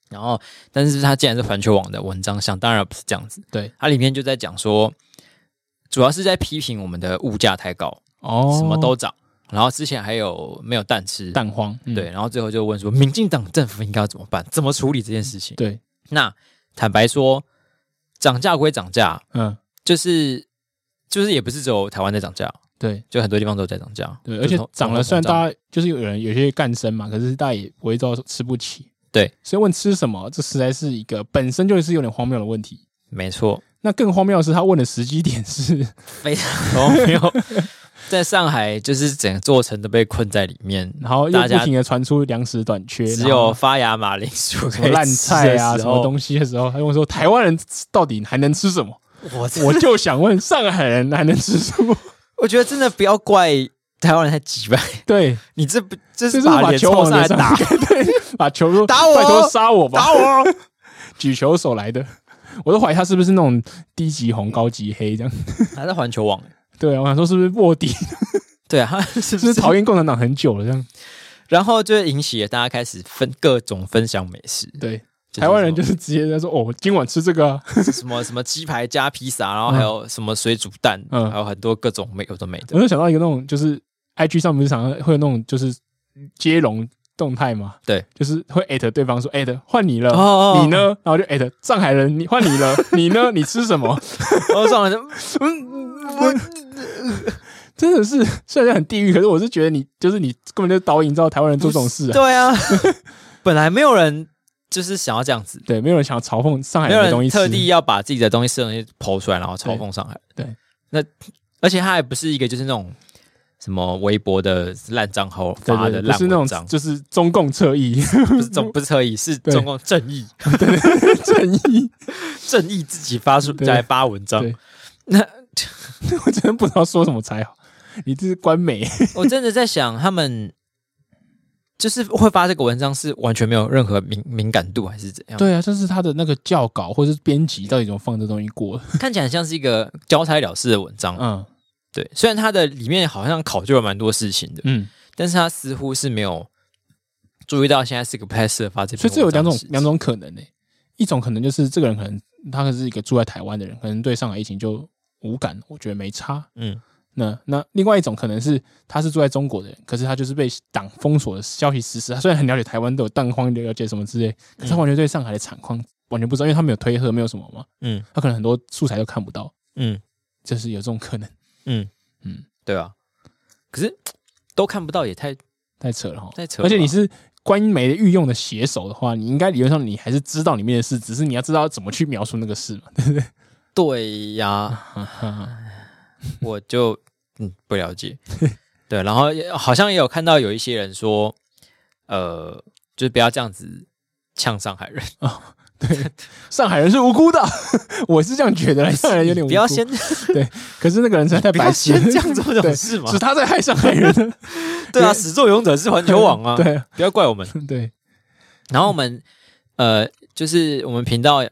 S1: 然后，但是它既然是环球网的文章，想当然不是这样子。
S2: 对，
S1: 它里面就在讲说，主要是在批评我们的物价太高，
S2: 哦，
S1: 什么都涨。然后之前还有没有蛋吃，
S2: 蛋黄，嗯
S1: 对，然后最后就问说，民进党政府应该要怎么办，怎么处理这件事情？
S2: 对，
S1: 那坦白说，涨价归涨价，
S2: 嗯
S1: 就是就是也不是只有台湾在涨价，
S2: 对。
S1: 就很多地方都在涨价。
S2: 对，
S1: 就
S2: 而且
S1: 通
S2: 涨
S1: 通
S2: 了，虽
S1: 货
S2: 然
S1: 膨胀
S2: 大家就是有人有些干生嘛，可是大家也不会知道吃不起。
S1: 对，
S2: 所以问吃什么，这实在是一个本身就是有点荒谬的问题。
S1: 没错，
S2: 那更荒谬的是，他问的时机点是，
S1: 非常荒谬。在上海，就是整座城都被困在里面，
S2: 然后又
S1: 大
S2: 不
S1: 家
S2: 停的传出粮食短缺，
S1: 只
S2: 然
S1: 有
S2: 后
S1: 发芽马铃薯
S2: 什
S1: 可
S2: 么
S1: 以
S2: 烂
S1: 吃
S2: 菜
S1: 的
S2: 啊，
S1: 时
S2: 什么
S1: 候
S2: 东西的时候，他就问说台湾人到底还能吃什么？
S1: 我真
S2: 我就想问上海人还能吃什么？
S1: 我觉得真的不要怪台湾人太急吧，
S2: 对，
S1: 你这不这
S2: 就是是把
S1: 脸
S2: 球
S1: 冲
S2: 往
S1: 上来
S2: 脸 上
S1: 打
S2: 对，把球说
S1: 打我
S2: 拜托杀我吧，
S1: 打我，哦
S2: 举球手来的，我都怀疑他是不是那种低级红高级黑这样。
S1: 还在环球网。
S2: 对啊，我想说是不是卧底，是
S1: 对啊，他是
S2: 不
S1: 不是？
S2: 是讨厌共产党很久了这样？
S1: 然后就引起了大家开始分各种分享美食，
S2: 对，
S1: 是
S2: 台湾人就
S1: 说
S2: 是直接在说哦，今晚吃这个啊，
S1: 什么什么鸡排加披萨，然后还有什么水煮蛋，
S2: 嗯
S1: 还有很多各种没有的没的。
S2: 我就想到一个那种，就是 IG 上不是常常会有那种就是接龙动态嘛？
S1: 对，
S2: 就是会艾特对方说艾特换你了，
S1: 哦
S2: 呃你呢？然后就艾特上海人，你换你了，你呢？你吃什么？
S1: 然后上来就
S2: 啊
S1: 嗯，嗯我
S2: 真的是虽然很地狱，可是我是觉得你就是你根本就导引到台湾人做这种事、啊，
S1: 对啊， 本来没有人就是想要这样子，
S2: 对，没有人想要嘲讽上海
S1: 没有
S2: 哎人的东西
S1: 人
S2: 吃，
S1: 特地要把自己的东西吃的东西剖出来，然后嘲讽上海。
S2: 对，
S1: 那而且他还不是一个就是那种什么微博的烂账号
S2: 对
S1: 发
S2: 对
S1: 的
S2: 对，
S1: 烂
S2: 不是那
S1: 文
S2: 种
S1: 章，
S2: 就是中共侧翼
S1: 不是中不是特意，是
S2: 对
S1: 中共正义
S2: 正义，
S1: 正义自己发出
S2: 对
S1: 来发文章
S2: 对。
S1: 那
S2: 我真的不知道说什么才好。你这是官媒，
S1: 我真的在想，他们就是会发这个文章是完全没有任何敏敏感度还是怎样？，
S2: 对啊，就是他的那个教稿或者是编辑到底怎么放这东西过的？
S1: 看起来很像是一个交差了事的文章。
S2: 嗯
S1: 对，虽然它的里面好像考究了蛮多事情的，
S2: 嗯，
S1: 但是它似乎是没有注意到现在是个不太适合发这篇
S2: 所以这有
S1: 文章
S2: 两
S1: 的
S2: 种
S1: 时机。
S2: 两种可能呢、欸一种可能就是这个人可能他是一个住在台湾的人，可能对上海疫情就无感，我觉得没差。
S1: 嗯，
S2: 那那另外一种可能是他是住在中国的人，可是他就是被党封锁的消息实施。他虽然很了解台湾都有蛋荒了解什么之
S1: 嗯
S2: 类，可是他完全对上海的惨况完全不知道，因为他没有推特，没有什么嘛，
S1: 嗯
S2: 他可能很多素材都看不到，
S1: 嗯
S2: 就是有这种可能，
S1: 嗯嗯
S2: 嗯，
S1: 对啊。可是都看不到也太
S2: 太扯了哈。
S1: 太扯了吧，
S2: 而且你是官媒的御用的写手的话，你应该理论上你还是知道里面的事，只是你要知道怎么去描述那个事嘛。
S1: 对呀、 我就嗯不了解。 对，然后也好像也有看到有一些人说，呃，就是不要这样子呛上海人，
S2: 上海人是无辜的， 我是这样觉得啦，上海人有点无辜。
S1: 不要先
S2: 可是那个人实在太
S1: 不要
S2: 白痴了，
S1: 先这样做这种
S2: 对
S1: 事嘛
S2: 是。他在害上海人。
S1: 对啊，始作俑者是环球网啊，
S2: 对
S1: 不要怪我们。
S2: 对，
S1: 然后我们呃，就是我们频道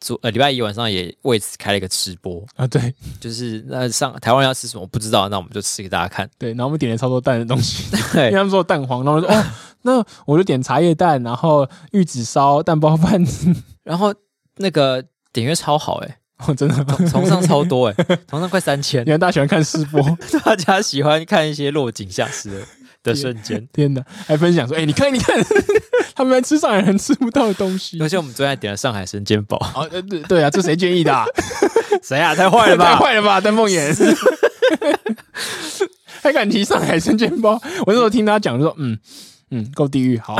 S1: 昨呃礼拜一晚上也为此开了一个直播，
S2: 啊，对
S1: 就是那上台湾要吃什么我不知道，那我们就吃给大家看。
S2: 对，然后我们点了超多蛋的东 西，因
S1: 对
S2: 为他们说有蛋黄，然后我就说哦，那我就点茶叶蛋，然后玉子烧、蛋包饭，
S1: 然后那个点阅超好哎、
S2: 哦，真的吗，
S1: 欸，从上超多哎、欸，从上快三 千。
S2: 原来大家喜欢看世播，。
S1: 大家喜欢看一些落井下石的的瞬间
S2: 天哪，还分享说，哎、你看你看， 他们在吃上海人吃不到的东西
S1: 尤。其我们昨天还点了上海生煎包，
S2: 哦，呃对对啊，这谁建议的、啊？
S1: 谁啊？太坏了
S2: 太
S1: 吧！
S2: 坏了吧，丹凤眼。 还敢提上海生煎包？我那时候听他讲，就说嗯嗯，够地狱， 好，。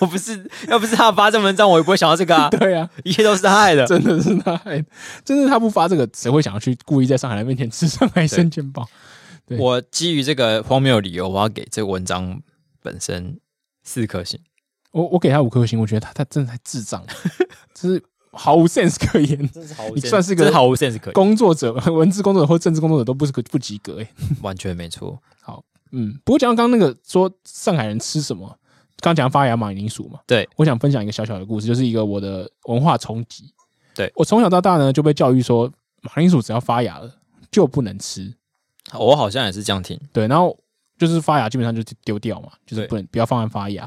S1: 要不是要不是他发这文章，我也不会想到这个啊
S2: 对啊，
S1: 一切都是他害的。
S2: 真的是他害的，真的他不发这个，谁会想要去故意在上海人面前吃上海生煎包？对
S1: 我基于这个荒谬的理由，我要给这个文章本身四颗星。
S2: 我我给他五颗星，我觉得他他真的太智 障了，就是毫无 sense 可言。
S1: 真是毫无
S2: 你算是个
S1: 毫无 sense 可以，
S2: 工作者、文字工作者或政治工作者都不是个不及格哎、
S1: 完全没错。
S2: 嗯，不过讲到刚刚那个说上海人吃什么，刚讲发芽马铃薯嘛，
S1: 对，
S2: 我想分享一个小小的故事，就是一个我的文化冲击。
S1: 对
S2: 我从小到大呢就被教育说，马铃薯只要发芽了就不能吃，
S1: 我好像也是这样听，
S2: 对，然后就是发芽基本上就是丢掉嘛，就是
S1: 对
S2: 不能不要放在发芽。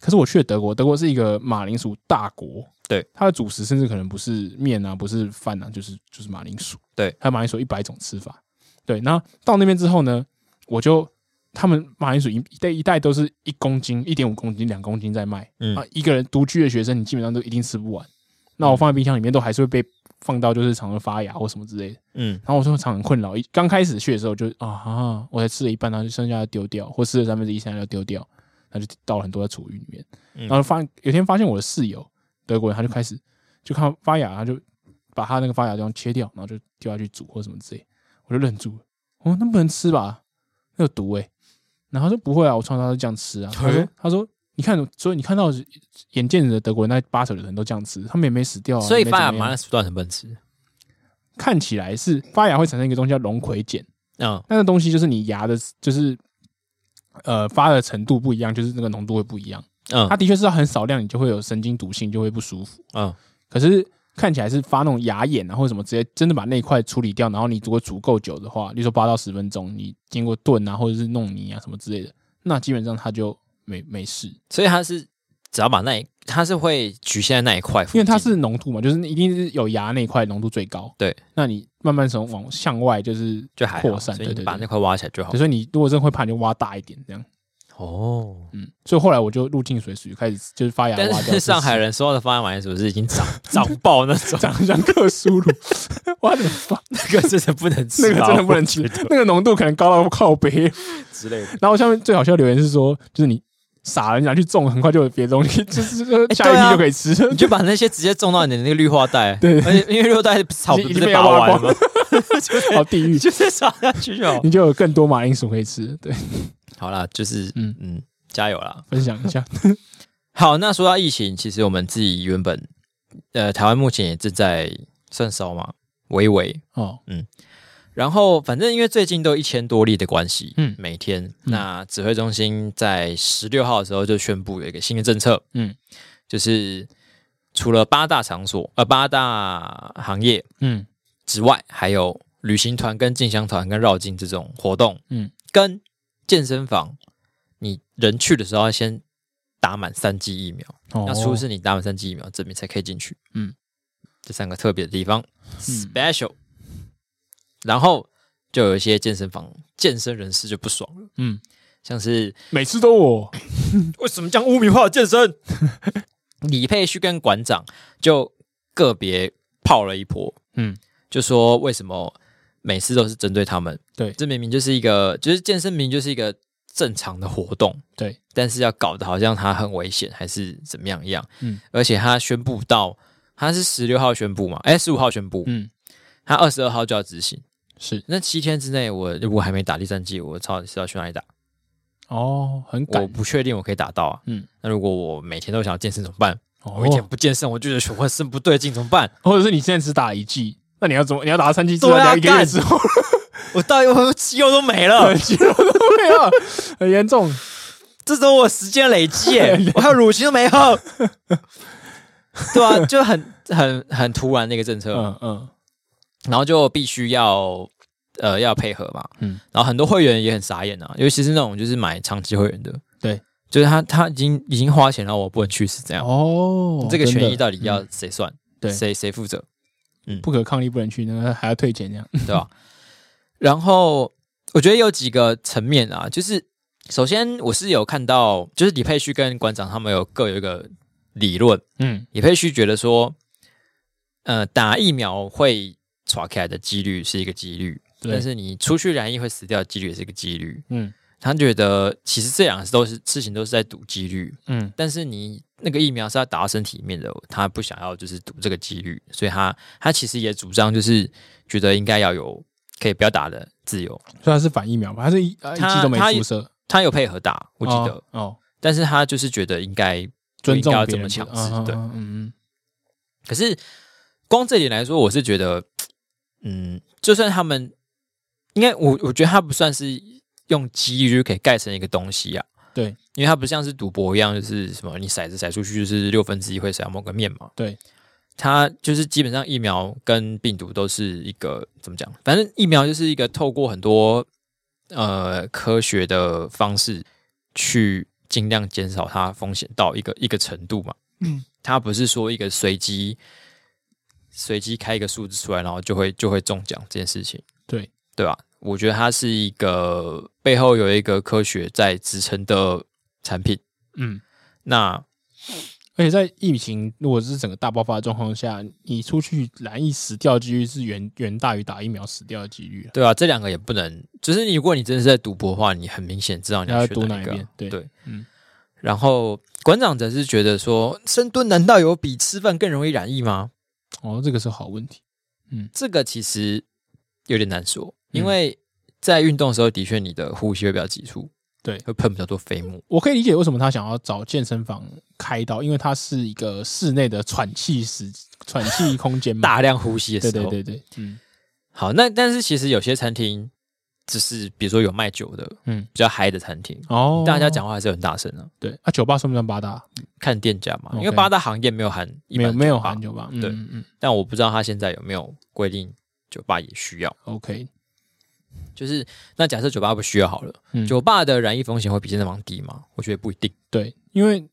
S2: 可是我去了德国，德国是一个马铃薯大国，
S1: 对，
S2: 它的主食甚至可能不是面啊，不是饭啊，就是就是马铃薯，
S1: 对，
S2: 还有马铃薯一百种吃法，对。然后到那边之后呢，我就他们马铃薯一一袋一袋都是一公斤、一点五公斤、两公斤在卖，
S1: 嗯
S2: 啊，一个人独居的学生，你基本上都一定吃不完。那
S1: 嗯
S2: 我放在冰箱里面，都还是会被放到就是常常发芽或什么之类的。
S1: 嗯
S2: 然后我就常很困扰，一刚开始去的时候就啊啊，我才吃了一半，然后就剩下的丢掉，或吃了三分之一，剩下的丢掉，然后就倒了很多在厨余里面。
S1: 嗯
S2: 然后发有一天发现我的室友德国人，他就开始就看到发芽，他就把他那个发芽地方切掉，然后就丢下去煮或什么之类，我就愣住了，哦，那不能吃吧？那有毒诶、欸然后他说不会啊，我从小到大都这样吃 啊。他说
S1: 嘿
S2: 他说你看，所以你看到眼见着德国人那八成的人都这样吃，他们也没死掉啊。
S1: 所以
S2: 也没怎
S1: 发
S2: 么
S1: 芽
S2: 样
S1: 马铃薯断很笨吃。
S2: 看起来是发芽会产生一个东西叫龙葵碱，
S1: 嗯
S2: 那个东西就是你芽的，就是呃发的程度不一样，就是那个浓度会不一样。
S1: 嗯
S2: 它的确是很少量，你就会有神经毒性，就会不舒服。
S1: 嗯
S2: 可是看起来是发那种牙眼啊，或者什么，直接真的把那一块处理掉，然后你如果足够久的话，例如说八到十分钟，你经过炖啊，或者是弄泥啊什么之类的，那基本上它就没没事，
S1: 所以它是只要把那一，它是会局限在那一块附
S2: 因
S1: 近，
S2: 为它是浓度嘛，就是一定是有牙那一块浓度最高。
S1: 对，
S2: 那你慢慢从往向外就是
S1: 就还好
S2: 扩散，
S1: 所
S2: 对
S1: 以
S2: 对
S1: 你
S2: 对，
S1: 把那块挖起来就好
S2: 对。所以你如果真的会怕，你就挖大一点这样。
S1: 哦，
S2: 嗯，所以后来我就入境随俗，开始就是发芽
S1: 但
S2: 挖掉。
S1: 是上海人收到的方案马铃薯是已经 长长爆那种，
S2: 长得 像克苏鲁，哇，怎么发？
S1: 那个真的不能吃
S2: 那
S1: 到，
S2: 个真的不能吃
S1: 我觉得，
S2: 那个浓度可能高到靠背。
S1: 之类的。
S2: 然后下面最好笑的留言是说，就是你傻了，你拿去种，很快就有别的东西， 就是就是下一
S1: 对啊
S2: 批就可以吃。
S1: 你就把那些直接种到你的那个绿化带，
S2: 对
S1: 而且因为绿化带草
S2: 已
S1: 不
S2: 经
S1: 是
S2: 被
S1: 拔
S2: 挖
S1: 完了
S2: 光
S1: 吗？
S2: 好地狱
S1: 你，就再撒下去 就好。
S2: 你就有更多马铃薯可以吃。对，
S1: 好啦，就是嗯
S2: 嗯
S1: 嗯，加油啦！
S2: 分享一下。
S1: 好，那说到疫情，其实我们自己原本呃，台湾目前也正在算烧嘛，微微。
S2: 哦，
S1: 然后反正因为最近都一千多例的关系，
S2: 嗯
S1: 嗯，每天、那指挥中心在十六号的时候就宣布有一个新的政策，
S2: 嗯
S1: 嗯，就是除了八大场所呃八大行业
S2: 嗯
S1: 之外，还有旅行团跟进香团跟绕境这种活动，
S2: 嗯
S1: 嗯，跟健身房，你人去的时候要先打满三剂疫苗，
S2: 哦
S1: 要出示你打满三剂疫苗证明才可以进去。
S2: 嗯
S1: 嗯，这三个特别的地方、special。然后就有一些健身房健身人士就不爽了，
S2: 嗯，
S1: 像是
S2: 每次都我，
S1: 为什么这样污名化健身？ 李佩旭跟馆长就个别泡了一波，
S2: 嗯
S1: 就说为什么每次都是针对他们？
S2: 对
S1: 这明明就是一个，就是健身明明就是一个正常的活动，
S2: 对，
S1: 但是要搞得好像它很危险还是怎么样一样。
S2: 嗯
S1: 嗯，而且他宣布到他是十六号宣布嘛，哎，十五号宣布，
S2: 嗯
S1: 他二十二号就要执行。
S2: 是
S1: 那七天之内，我如果还没打第三季，我到底是要去哪里打？
S2: 哦，很
S1: 我
S2: 赶，
S1: 不确定我可以打到啊。
S2: 嗯
S1: 嗯，那如果我每天都想要健身怎么办？
S2: 哦
S1: 我一天不健身，我就觉得浑身不对劲，怎么办？
S2: 或者是你现在只打一季，那你要怎么？你要打三季之后，
S1: 对啊
S2: 你要一个月
S1: 干
S2: 之后，
S1: 我到底我肌肉都没了，
S2: 肌肉都没有，很严重。
S1: 这都我时间累积 耶，我还有乳清都没喝。 对啊，就很很很突然的一个政策，啊
S2: 嗯嗯
S1: 然后就必须要呃要配合嘛，
S2: 嗯
S1: 嗯，然后很多会员也很傻眼啊，尤其是那种就是买长期会员的，
S2: 对，
S1: 就是他他已经已经花钱了，我不能去是这样，
S2: 哦，
S1: 这个权益
S2: 真的
S1: 到底要谁算？
S2: 对
S1: 谁谁负责？
S2: 不可抗力不能去，那个还要退钱这样。
S1: 对吧？ 然后我觉得有几个层面啊，就是首先我是有看到，就是李佩旭跟馆长他们有各有一个理论，
S2: 嗯
S1: 李佩旭觉得说，呃，打疫苗会传开来的几率是一个几率，
S2: 对
S1: 但是你出去染疫会死掉的几率也是一个几率。
S2: 嗯
S1: 他觉得其实这两个都是事情都是在赌几率，
S2: 嗯
S1: 但是你那个疫苗是要打到身体里面的，他不想要就是赌这个几率，所以他他其实也主张就是觉得应该要有可以不要打的自由。
S2: 虽然是反疫苗吧，他是一呃一
S1: 他
S2: 季都没
S1: 他
S2: 注射，
S1: 他有配合打，我记得，
S2: 哦哦，
S1: 但是他就是觉得应该不
S2: 尊
S1: 应该
S2: 重
S1: 要
S2: 别
S1: 这
S2: 人
S1: 么
S2: 不
S1: 强
S2: 嗯
S1: 制，对。
S2: 嗯嗯
S1: 可是光这点来说，我是觉得，嗯，就算他们应该我我觉得他不算是用机率可以盖成一个东西啊。
S2: 对，
S1: 因为它不像是赌博一样，就是什么你骰子骰出去就是六分之一会骰到某个面嘛。
S2: 对，
S1: 它就是基本上疫苗跟病毒都是一个怎么讲？反正疫苗就是一个透过很多呃科学的方式去尽量减少它风险到一个一个程度嘛。
S2: 嗯，
S1: 它不是说一个随机随机开一个数字出来，然后就会就会中奖这件事情，
S2: 对
S1: 对吧？我觉得它是一个背后有一个科学在支撑的产品。
S2: 嗯。
S1: 那
S2: 而且在疫情如果是整个大爆发的状况下，你出去染疫死掉的几率是远远大于打疫苗死掉的几率了。
S1: 对啊，这两个也不能，就是你如果你真的是在赌博的话，你很明显知道你
S2: 要
S1: 要选
S2: 赌
S1: 哪
S2: 哪一
S1: 个
S2: 边
S1: 啊。
S2: 对
S1: 对，
S2: 嗯
S1: 嗯。然后馆长则是觉得说，深蹲难道有比吃饭更容易染疫吗？
S2: 哦，这个是好问题。
S1: 这个其实有点难说，
S2: 嗯
S1: 因为在运动的时候，的确你的呼吸会比较急促，
S2: 对嗯
S1: 会喷比较多飞沫。
S2: 我可以理解为什么他想要找健身房开刀，因为它是一个室内的喘气时喘气空间嘛。
S1: 大量呼吸的时
S2: 对
S1: 候，
S2: 对对对，嗯
S1: 好，那但是其实有些餐厅，就是比如说有卖酒的，
S2: 嗯
S1: 嗯，比较嗨的餐厅，
S2: 哦，
S1: 大家讲话还是很大声啊，
S2: 对啊，酒吧算不算八大？
S1: 看店家嘛，因
S2: OK
S1: 为八大行业没有含一
S2: 没
S1: 般
S2: 有
S1: 的
S2: 没有
S1: 酒吧
S2: 含，酒吧，嗯
S1: 对
S2: 嗯嗯
S1: 但我不知道他现在有没有规定酒吧也需要，
S2: ，OK，
S1: 就是那假设酒吧不需要好了，
S2: 嗯
S1: 酒吧的染疫风险会比健身房低吗？我觉得不一定，
S2: 对，因为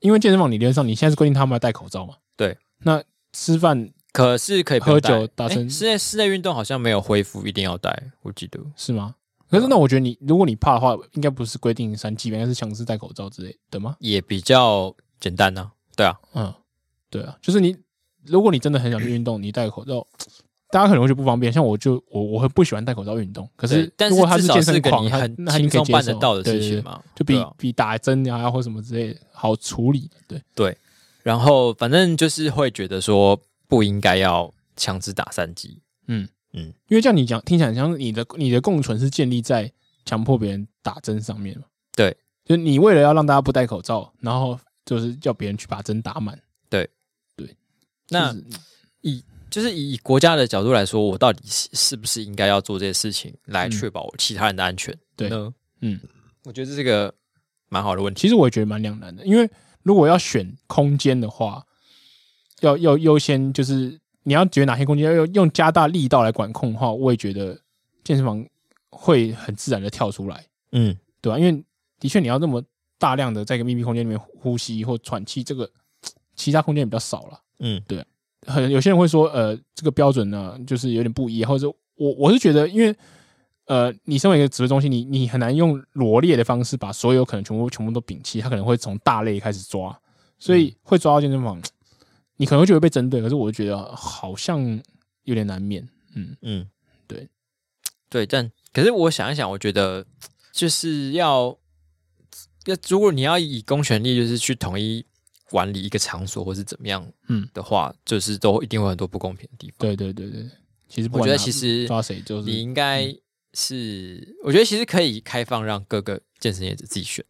S2: 因为健身房理论上你现在是规定他们要戴口罩嘛，
S1: 对，
S2: 那吃饭
S1: 可是可以不用
S2: 喝
S1: 戴
S2: 酒打
S1: 诶
S2: 针
S1: 室内室内运动好像没有恢复一定要戴，我记得
S2: 是吗？可是那我觉得你如果你怕的话，应该不是规定三级，应该是强制戴口罩之类的吗？
S1: 也比较简单呢、对啊，
S2: 嗯，对啊，就是你如果你真的很想去运动，你戴口罩。大家可能会觉得不方便，像我就我我很不喜欢戴口罩运动，可
S1: 对但
S2: 如果他
S1: 至
S2: 健
S1: 少
S2: 身
S1: 是个
S2: 狂，
S1: 你
S2: 他
S1: 很
S2: 那他你
S1: 轻
S2: 可以
S1: 松
S2: 接
S1: 办得
S2: 受
S1: 到的
S2: 对
S1: 事
S2: 对
S1: 情
S2: 对
S1: 嘛，
S2: 就比、
S1: 对啊
S2: 比打针啊或什么之类的好处理，对，
S1: 然后反正就是会觉得说不应该要强制打三剂，
S2: 因为这样你讲听起来很像你的你的共存是建立在强迫别人打针上面嘛？
S1: 对，
S2: 就你为了要让大家不戴口罩，然后就是叫别人去把针打满。
S1: 那
S2: 就是
S1: 以就是以以国家的角度来说，我到底是是不是应该要做这些事情来
S2: 嗯
S1: 确保我其他人的安全？
S2: 对
S1: 呢，
S2: 嗯，
S1: 我觉得这是个蛮好的问题。
S2: 其实我也觉得蛮两难的，因为如果要选空间的话，要要优先就是你要觉得哪些空间要用用加大力道来管控的话，我也觉得健身房会很自然的跳出来，
S1: 嗯，
S2: 对吧、因为的确你要那么大量的在一个密闭空间里面呼吸或喘气，这个其他空间也比较少了。
S1: 嗯，
S2: 很有些人会说，呃，这个标准呢，就是有点不一，或者我我是觉得，因为呃，你身为一个指挥中心，你你很难用罗列的方式把所有可能全部全部都摒弃，他可能会从大类开始抓，所
S1: 嗯
S2: 以会抓到健身房，你可能会觉得被针对，可是我就觉得好像有点难免，嗯，
S1: 嗯，
S2: 对，
S1: 对，但可是我想一想，我觉得就是要要，如果你要以公权力就是去统一管理一个场所或是怎么样，
S2: 嗯
S1: 的话，就是都一定会有很多不公平的地方。
S2: 对对对对，其实
S1: 我
S2: 不
S1: 觉
S2: 管
S1: 得
S2: 哪
S1: 其实
S2: 抓谁就
S1: 你
S2: 是嗯
S1: 应该是，我觉得其实可以开放让各个健身业者自己选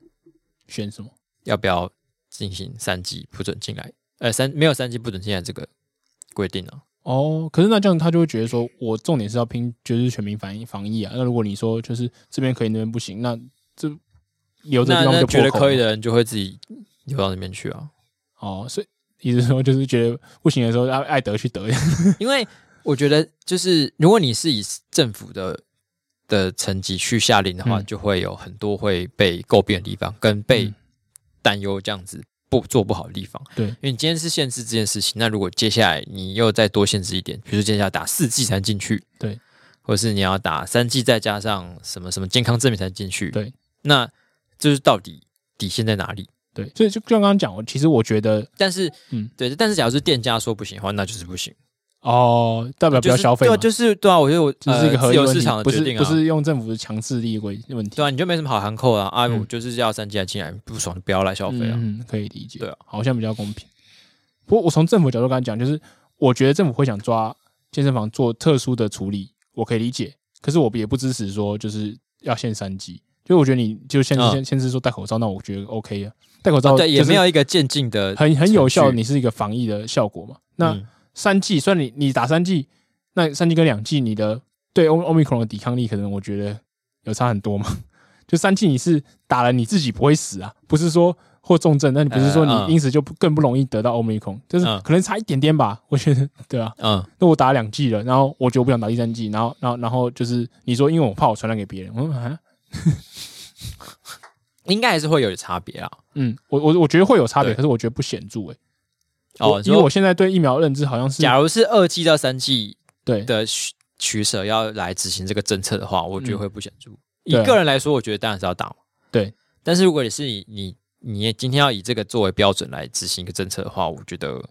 S2: 选什么，
S1: 要不要进行三级不准进来，呃，三没有三级不准进来这个规定啊。
S2: 哦，可是那这样他就会觉得说，我重点是要拼，就是全民防疫防疫啊。那如果你说就是这边可以，那边不行，那这留这个
S1: 那
S2: 地方
S1: 那
S2: 就
S1: 觉得
S2: 破口
S1: 可以
S2: 了。
S1: 的人就会自己流到那边去啊，
S2: 哦，所以意思说就是觉得不行的时候，爱爱得去得。
S1: 因为我觉得就是如果你是以政府的的层级去下令的话，
S2: 嗯
S1: 就会有很多会被诟病的地方，跟被
S2: 嗯
S1: 担忧这样子不做不好的地方。
S2: 对
S1: 因为你今天是限制这件事情，那如果接下来你又再多限制一点，比如说接下来打四剂才能进去，
S2: 对，
S1: 或者是你要打三剂再加上什么什么健康证明才能进去，
S2: 对，
S1: 那就是到底底线在哪里？
S2: 对，所以就就像刚刚讲，我其实我觉得
S1: 但是，
S2: 嗯
S1: 对，但是假如是店家说不行的话，那就是不行，
S2: 哦，代表不要
S1: 就是
S2: 消费嘛，
S1: 对啊，就是对啊，我觉得我
S2: 这是一个
S1: 呃
S2: 合
S1: 自
S2: 理
S1: 由
S2: 问
S1: 市
S2: 题
S1: 场，的
S2: 不
S1: 决
S2: 是
S1: 定
S2: 不
S1: 啊，
S2: 是用政府的强制力为问题。
S1: 对啊，你就没什么好含扣啊啊，
S2: 嗯
S1: 我就是要三剂来进来，不爽就不要来消费啊，
S2: 嗯，嗯可以理解。
S1: 对啊，
S2: 好像比较公平。不过我从政府角度刚才讲，就是我觉得政府会想抓健身房做特殊的处理，我可以理解。可是我也不支持说就是要限三级，就我觉得你就限制
S1: 嗯
S2: 限限制说戴口罩，那我觉得 OK 啊，戴口罩、
S1: 对，也没有一个渐进的
S2: 很很有效，
S1: 程序
S2: 你是一个防疫的效果嘛。那
S1: 嗯
S2: 三剂，虽然你你打三剂，那三剂跟两剂，你的对欧欧米克戎的抵抗力，可能我觉得有差很多嘛。 就三剂你是打了你自己不会死啊，不是说或重症，那你不是说
S1: 呃嗯
S2: 你因此就不更不容易得到欧米克戎，就是
S1: 嗯
S2: 可能差一点点吧， 我觉得对啊。
S1: 嗯
S2: 那我打两剂了，然后我就不想打第三剂，然后然后然后就是你说因为我怕我传染给别人，我说啊，
S1: 应该还是会有差别啊。
S2: 嗯，我我我觉得会有差别，
S1: 对
S2: 可是我觉得不显著诶、欸
S1: 哦
S2: 我，
S1: 你
S2: 因为我
S1: 说
S2: 现在对疫苗的认知好像是
S1: 假如是二季到三季
S2: 对
S1: 的取取舍要来执行这个政策的话，我觉得会不显著。以
S2: 嗯对啊
S1: 个人来说，我觉得当然是要打嘛。
S2: 对，
S1: 但是如果你是你你你也今天要以这个作为标准来执行一个政策的话，我觉得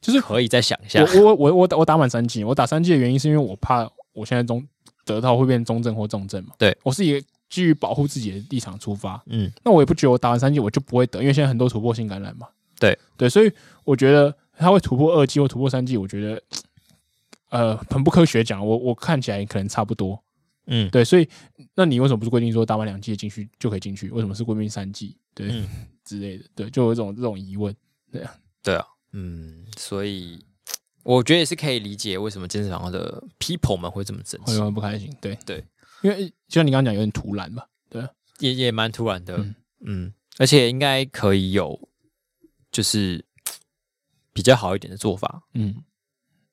S2: 就是
S1: 可以再想一下。
S2: 我我我我我打我打满三剂，我打三剂的原因是因为我怕我现在中得到会变中症或重症嘛。
S1: 对，
S2: 我是一个基于保护自己的立场出发，
S1: 嗯，
S2: 那我也不觉得我打完三剂我就不会得，因为现在很多突破性感染嘛。
S1: 对
S2: 对，所以我觉得他会突破二剂或突破三剂，我觉得呃很不科学讲，我我看起来可能差不多。
S1: 嗯，
S2: 对，所以那你为什么不是规定说打完两剂进去就可以进去？为什么是规定三剂？对、
S1: 嗯
S2: 之类的，对，就有一种这种疑问。
S1: 对啊，嗯，所以我觉得也是可以理解为什么健身房的 people 们会这么争
S2: 会
S1: 气，
S2: 很不开心，对
S1: 对，
S2: 因为就像你刚刚讲，有点突然吧，
S1: 也也蛮突然的。
S2: 嗯
S1: 嗯而且应该可以有就是比较好一点的做法。
S2: 嗯，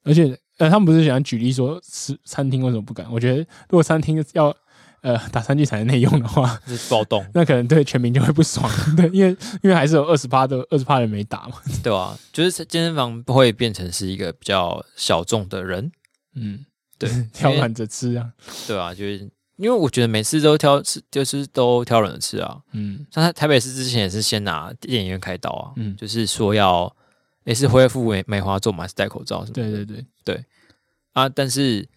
S2: 而且呃，他们不是想举例说吃餐厅为什么不敢？我觉得如果餐厅要呃打三剂才能内用的话，
S1: 是暴动，
S2: 那可能对全民就会不爽， 对，因为因为还是有二十趴的二十趴人没打嘛，
S1: 对啊，就是健身房不会变成是一个比较小众的人，
S2: 嗯，
S1: 对，
S2: 挑
S1: 因为
S2: 软着吃啊，
S1: 对啊，就是因为我觉得每次都挑吃，就是都挑人吃啊。
S2: 嗯
S1: 像台台北市之前也是先拿电影院开刀啊，
S2: 嗯，
S1: 就是说要也是恢复梅梅花座嘛，还是戴口罩什么的
S2: 对对对，
S1: 啊，但是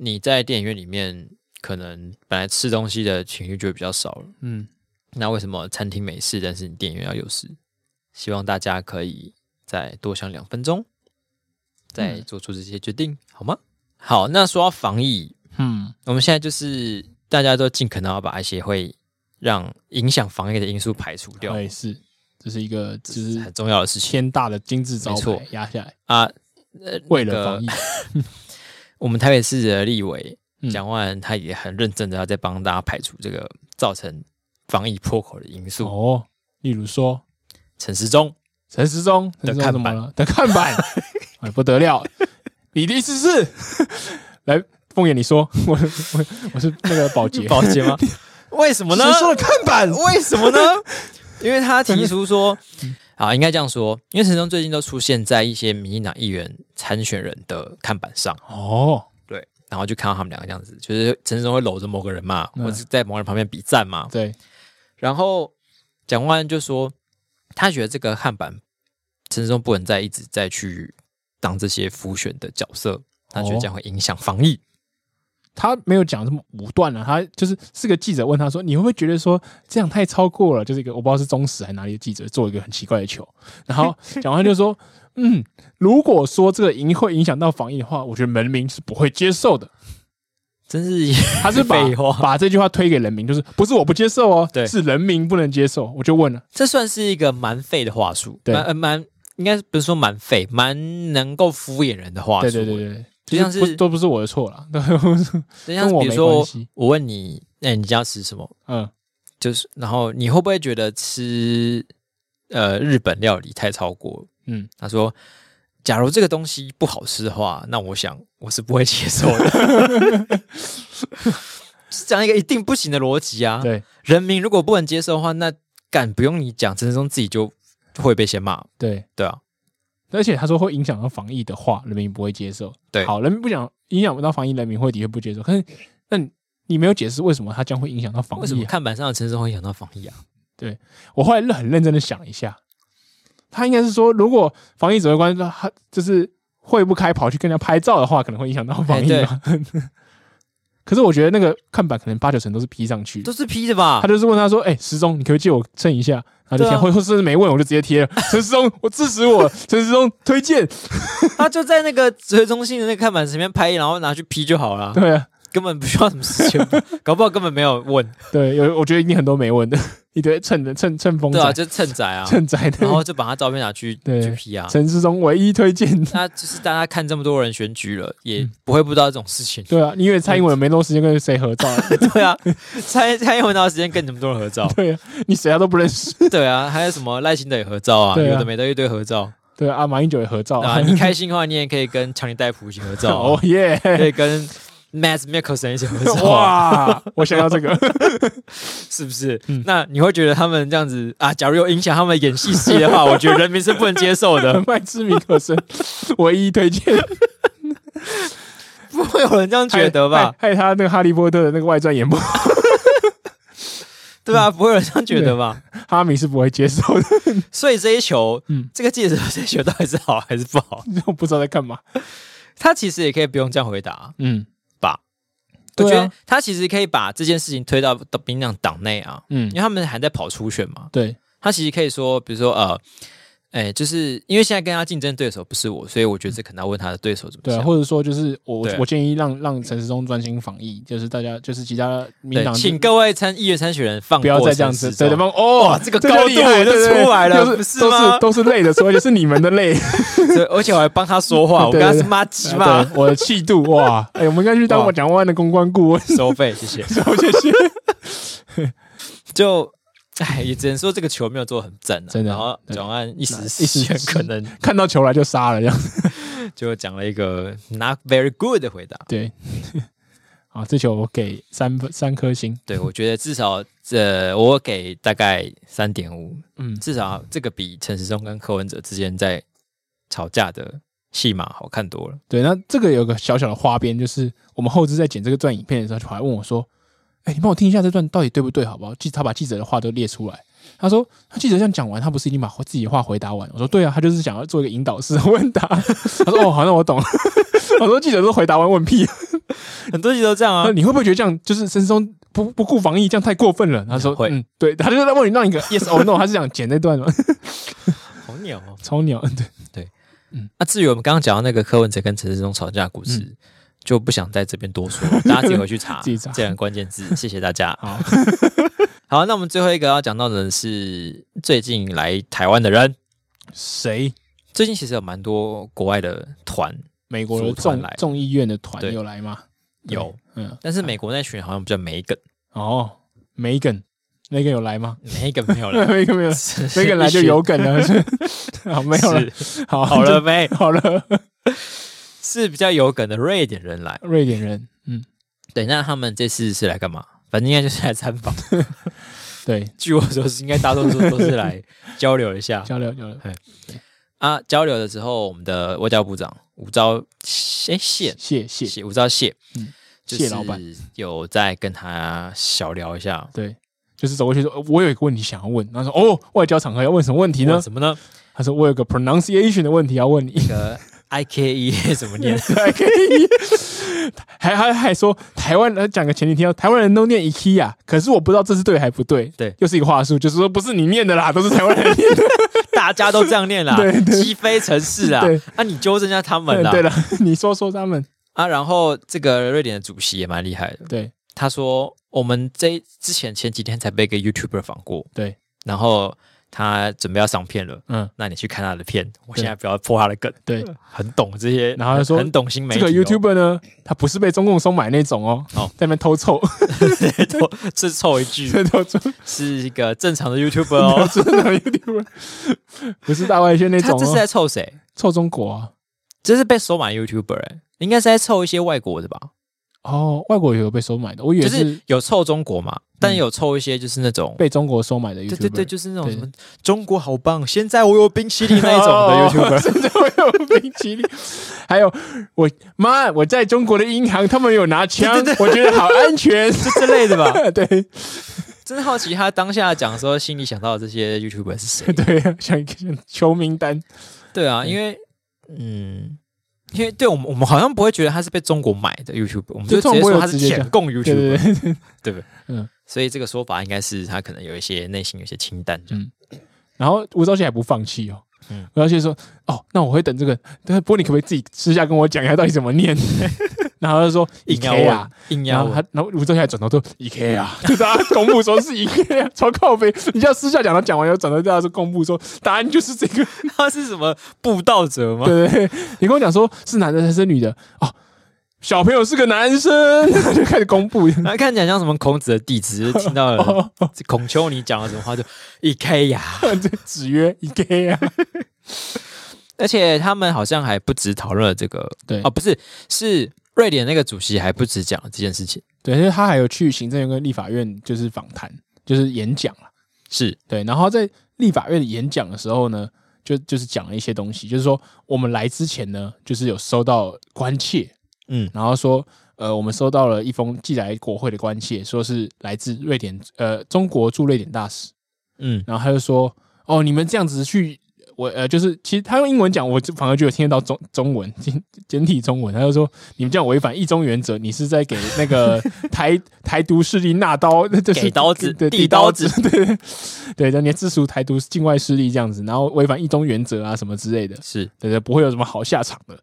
S1: 你在电影院里面可能本来吃东西的情绪就会比较少了，
S2: 嗯，
S1: 那为什么餐厅没事，但是你电影院要有事？希望大家可以再多想两分钟，再
S2: 嗯
S1: 做出这些决定，好吗？好，那说到防疫，
S2: 嗯，
S1: 我们现在就是大家都尽可能要把一些会让影响防疫的因素排除掉，
S2: 哎对，是，这是一个就是
S1: 哦很重要的事情
S2: 天大的金字招
S1: 没
S2: 牌
S1: 错
S2: 压下来，
S1: 啊。呃，
S2: 为
S1: 那
S2: 了
S1: 个
S2: 防疫，
S1: 我们台北市的立委
S2: 嗯
S1: 蒋万安他也很认真的要在帮大家排除这个造成防疫破口的因 素。
S2: 哦，例如说
S1: 陈时 中
S2: 陈时中，陈时中
S1: 看
S2: 怎么
S1: 板
S2: 了？的看 板，哎，不得了，比利时是来。凤眼，你说 我我我是那个 保洁，
S1: 保洁吗？为什么呢？
S2: 谁说的看板？
S1: 为什 么呢？因为他提出说，
S2: 嗯
S1: 啊，应该这样说，因为陈时中最近都出现在一些民进党议员参选人的看板上，
S2: 哦，
S1: 对，然后就看到他们两个这样子，就是陈时中会搂着某个人嘛，
S2: 嗯
S1: 或者在某个人旁边比赞嘛，
S2: 对，
S1: 然后蒋万安就说，他觉得这个看板陈时中不能再一直再去当这些浮选的角色，他
S2: 哦
S1: 觉得这样会影响防疫。
S2: 他没有讲这么武断啊，他就是是个记者问他说：“你会不会觉得说这样太超过了？”就是一个我不知道是中时还是哪里的记者做一个很奇怪的 球，然后蒋万安就说：“嗯，如果说这个影会影响到防疫的话，我觉得人民是不会接受的。
S1: 真是”
S2: 他是把
S1: 废话，
S2: 把这句话推给人民，就是不是我不接受哦，
S1: 对
S2: 是人民不能接受。我就问了，
S1: 这算是一个蛮废的话术，
S2: 对
S1: 蛮呃蛮应该不是说蛮废，蛮能够敷衍人的话术。
S2: 对对对，对，
S1: 就像是
S2: 不都不是我的错啦。 对，
S1: 就像是
S2: 跟我
S1: 比如
S2: 没
S1: 说
S2: 关系
S1: 我问你，哎、你今天要吃什么？
S2: 嗯，
S1: 就是然后你会不会觉得吃呃日本料理太超过？
S2: 嗯，
S1: 他说。假如这个东西不好吃的话，那我想我是不会接受的。 是讲一个一定不行的逻辑啊！
S2: 对
S1: 人民如果不能接受的话，那敢不用你讲，陈世忠自己就会被先骂，
S2: 对，
S1: 对啊，
S2: 而且他说会影响到防疫的话，人民不会接受。
S1: 对
S2: 好，人民不讲影响不到防疫，人民会的确不接受。可是，那你你没有解释为什么它将会影响到防
S1: 为什
S2: 疫、
S1: 么
S2: 啊？
S1: 看板上的陈世忠会想到防疫啊？
S2: 我后来很认真的想了一下，他应该是说，如果防疫指挥官他就是会不开跑去跟人家拍照的话，可能会影响到防疫
S1: 哎
S2: 嘛。 可是我觉得那个看板可能八九成都是 P 上去的
S1: 都。是 P 的吧
S2: 他？就是问他说：“哎、时钟，你可不可以借我称一下？”然后就
S1: 对啊
S2: 想，或或甚至没问，我就直接贴了。 陈时钟，我支持我，陈时钟推荐。
S1: 他就在那个指挥中心的那个看板前面拍，然后拿去 P 就好了，
S2: 对啊，
S1: 根本不需要什么事 情，搞不好根本没有问，
S2: 对，有我觉得一定很多没问的， 一堆趁的趁趁风仔、
S1: 对啊，就趁宰啊，
S2: 趁仔的。
S1: 然后就把他照片拿去
S2: 对
S1: 去 P 啊。
S2: 陈世忠唯一 推荐，
S1: 那就是大家看这么多人选举了，也不会不知道这种事情。
S2: 嗯对啊，因为蔡英文没多时间跟谁合照，
S1: 对啊，蔡蔡英文哪有时间跟这么多人合 照？
S2: 对啊，你谁他都不认识，
S1: 对啊，还有什么赖清德也合照啊，
S2: 对啊
S1: 有的没的一堆合照
S2: 对啊，马英九也合照
S1: 啊。你开心的话，你也可以跟强尼戴普一起合照啊、
S2: 哦耶，
S1: 可以跟 Matt Mickelson 一起合照、啊，
S2: 哇，我想要这个，
S1: 是不是？
S2: 嗯
S1: 那你会觉得他们这样子啊，假如有影响他们演戏戏的 话，我觉得人民是不能接受的，
S2: 麦知名可生，唯一推荐，
S1: 不会有人这样觉得 吧？
S2: 害？害他那个哈利波特的那个外传演播，
S1: 对吧、
S2: 啊
S1: 不会有人这样觉得 吧？
S2: 哈米是不会接受的，
S1: 所以这一球，
S2: 嗯
S1: 这个记者这一球到底是好还是不好？
S2: 我不知道在干嘛，
S1: 他其实也可以不用这样回答、
S2: 嗯，
S1: 吧？我觉
S2: 对
S1: 得
S2: 啊，
S1: 他其实可以把这件事情推到到民进党党内啊，
S2: 嗯
S1: 因，为他们还在跑初选嘛。
S2: 对，
S1: 他其实可以说，比如说呃，哎，就是因为现在跟他竞争对手不是我，所以我觉得这可能要问他的对手怎么
S2: 对啊，
S1: 想。
S2: 或者说就是我
S1: 对啊
S2: 我建议让让陈时中专心防疫，就是大家就是其他民
S1: 对，
S2: 党
S1: 请各位参议员参选人放
S2: 不要
S1: 过
S2: 再这样
S1: 陈
S2: 子，
S1: 时
S2: 对对
S1: 中
S2: 方哦
S1: 哇，这个高度就出来了不是
S2: 是都
S1: 吗
S2: 都是累的时候，而且是你们的累，
S1: 对而且我还帮他说话，我
S2: 对
S1: 跟他
S2: 对对
S1: 是妈鸡
S2: 啊对
S1: 嘛，
S2: 我的气度哇， 哎，我们应该去当
S1: 哇
S2: 我蒋万安的公关顾问，
S1: 收费谢 谢。
S2: 我谢谢。
S1: 就哎，也只能说这个球没有做得很正、啊，
S2: 真的
S1: 然后
S2: 对
S1: 蒋万安一时
S2: 一
S1: 一
S2: 时
S1: 时
S2: 失
S1: 可能
S2: 看到球来就杀了这样，
S1: 就讲了一个 not very good 的回答。
S2: 对。 啊，这球我给三分三颗星，
S1: 对，我觉得至少这我给大概三点五，
S2: 嗯，
S1: 至少这个比陈时中跟柯文哲之间在吵架的戏码好看多了。
S2: 对。那这个有个小小的花边，就是我们后置在剪这个段影片的时候，跑来问我说：“哎、你帮我听一下这段到底对不对，好不好？”记他把记者的话都列出来。他说：“他记者这样讲完，他不是已经把自己的话回答完？”我说：“对啊，他就是想要做一个引导式的问答。” 他说：“哦，好，那我懂了。” 我说：“记者都回答完问屁。
S1: 很多集都这样
S2: 他
S1: 啊
S2: 说，你会不会觉得这样就是陈松不不顾防疫，这样太过分了？”他说：“
S1: 会
S2: 嗯，对。”他就在问你让一个 yes or no，他是想剪那段吗？
S1: 好鸟哦。
S2: 超鸟，对，
S1: 那、至于我们刚刚讲到那个柯文哲跟陈世忠吵架的故事，就不想在这边多说，大家自己回去查，
S2: 嗯 自己查
S1: 这两个关键字。谢谢大家。
S2: 好，
S1: 好，那我们最后一个要讲到的是最近来台湾的人，
S2: 谁？
S1: 最近其实有蛮多国外的团
S2: 美国的
S1: 组团
S2: 众
S1: 来
S2: 众议院的团
S1: 对
S2: 有来吗？对
S1: 有，，
S2: 嗯，
S1: 但是美国那群好像比较没梗，
S2: 哦，Megan。那个有来吗？
S1: 没梗没有 了，
S2: 没个没有，
S1: 没
S2: 没个来就有 梗了。 是好，没有了。好，
S1: 好了没？
S2: 就，好了。
S1: 是比较有梗的瑞典人来。
S2: 瑞典人，嗯，
S1: 对，那他们这次是来干嘛？反正应该就是来参访。
S2: 对，
S1: 据我所知，应该大多数都是来交流一下
S2: 交流交流。
S1: 啊。交流的时候，我们的外交部长吴钊谢谢
S2: 谢谢
S1: 谢吴钊谢，
S2: 嗯
S1: 就
S2: 谢
S1: 是
S2: 老板
S1: 有在跟他小聊一下，
S2: 对，就是走过去说，呃我有一个问题想要问。然后说，哦，外交场合要问什么问题呢
S1: 问？什么呢？
S2: 他说，我有个 pronunciation 的问题要问你。
S1: 那个 I K E 怎么 念？
S2: 还可以， 还还还说台湾人讲个前提听到台湾人都念 IKEA，可是我不知道这是对还不对。
S1: 对
S2: 又是一个话术，就是说不是你念的啦，都是台湾人念 的。
S1: 大家都这样念啦
S2: 对，对
S1: 鸡飞城市啊
S2: 对！嗯
S1: 啊，你纠正一下他们啦
S2: 对。了，你说说他们
S1: 啊，然后这个瑞典的主席也蛮厉害的，
S2: 对
S1: 他说我们这之前前几天才被一个 YouTuber 访过，
S2: 对，
S1: 然后他准备要上片了，
S2: 嗯
S1: 那你去看他的片，我
S2: 对
S1: 现在不要破他的梗，
S2: 对。
S1: 很懂这些，
S2: 然后他说
S1: 很懂新媒
S2: 这
S1: 体、
S2: 个
S1: 哦，
S2: YouTuber 呢，他不是被中共收买那种哦，
S1: 哦
S2: 在那边偷凑，
S1: YouTuber 是凑一句，
S2: 在 偷凑，
S1: 是一个正常的 YouTuber 哦。
S2: 真的 YouTuber 不是大外宣 那
S1: 他
S2: 种
S1: 这是
S2: 哦，
S1: 在凑谁？
S2: 凑中国啊。
S1: 这是被收买的 YouTuber 哎、应该是在凑一些外国的吧？
S2: 哦，外国也有被收买的，我以为
S1: 就是
S2: 是
S1: 有凑中国嘛，但有凑一些就是那种。
S2: 被中国收买的嗯 YouTuber。
S1: 对对对，就是那种
S2: 对
S1: 什么中国好棒，现在我有冰淇淋那一 种的 YouTuber，
S2: 甚至哦会有冰淇淋。还有我妈，我在中国的银行，他们有拿枪，我觉得好 安全。
S1: 就这类的吧。
S2: 对
S1: 真的好奇他当下讲说心里想到的这些 YouTuber 是谁？
S2: 对，像像求名单，
S1: 对啊，因为嗯，因为对我们我们好像不会觉得他是被中国买的 YouTuber，我们就
S2: 就
S1: 直接
S2: 中国
S1: 说
S2: 有
S1: 他是
S2: 直接
S1: 舔
S2: 讲
S1: 共
S2: 对
S1: YouTuber，
S2: 对对，
S1: 对不对？
S2: 嗯
S1: 所以这个说法应该是他可能有一些内心有一些清淡这样。
S2: 然后吴钊燮还不放弃哦
S1: 嗯。
S2: 吴钊燮说：“哦，那我会等这个，但是不过你可不可以自己私下跟我讲一下到底怎么念？” 然后他就说
S1: 硬要
S2: “IKEA 啊
S1: 问，，硬”，
S2: 然
S1: 要
S2: 后他
S1: 问，，
S2: 然后吴钊燮还转头说 “IKEA 啊”，就大家公布说是 “IKEA”，啊超靠背。你叫私下讲，他讲完以后转头叫他说公布说答案就是这个，
S1: 他是什么布道者吗？
S2: 对对，对你跟我讲说是男的还是女的哦，小朋友是个男生， 就开始公布。
S1: 他看起来像什么孔子的弟 子，听到了
S2: 哦，哦
S1: 孔丘你讲了什么话就一 k 呀，
S2: 这子曰一 k 啊，
S1: 而且他们好像还不止讨论了这个，
S2: 对
S1: 啊，不是是瑞典那个主席还不止讲了这件事情，
S2: 对，因为他还有去行政院跟立法院就是访谈，就是演讲了。
S1: 是
S2: 对，然后在立法院演讲的时候呢，就就是讲了一些东西，就是说我们来之前呢，就是有收到关切，
S1: 嗯
S2: 然后说，呃，我们收到了一封寄来国会的关切，说是来自瑞典，呃，中国驻瑞典大使。
S1: 嗯，
S2: 然后他就说：“哦，你们这样子去，我呃，就是其实他用英文讲，我就反而就有听得到中中文 简简体中文。他就说你们这样违反一中原则，你是在给 那个台台独势力纳刀， 那就是
S1: 给刀子
S2: 对，
S1: 递
S2: 递
S1: 刀
S2: 刀子，对对，让你自属台独境外势力这样子，然后违反一中原则啊什么之类的，
S1: 是
S2: 对对，不会有什么好下场 的。”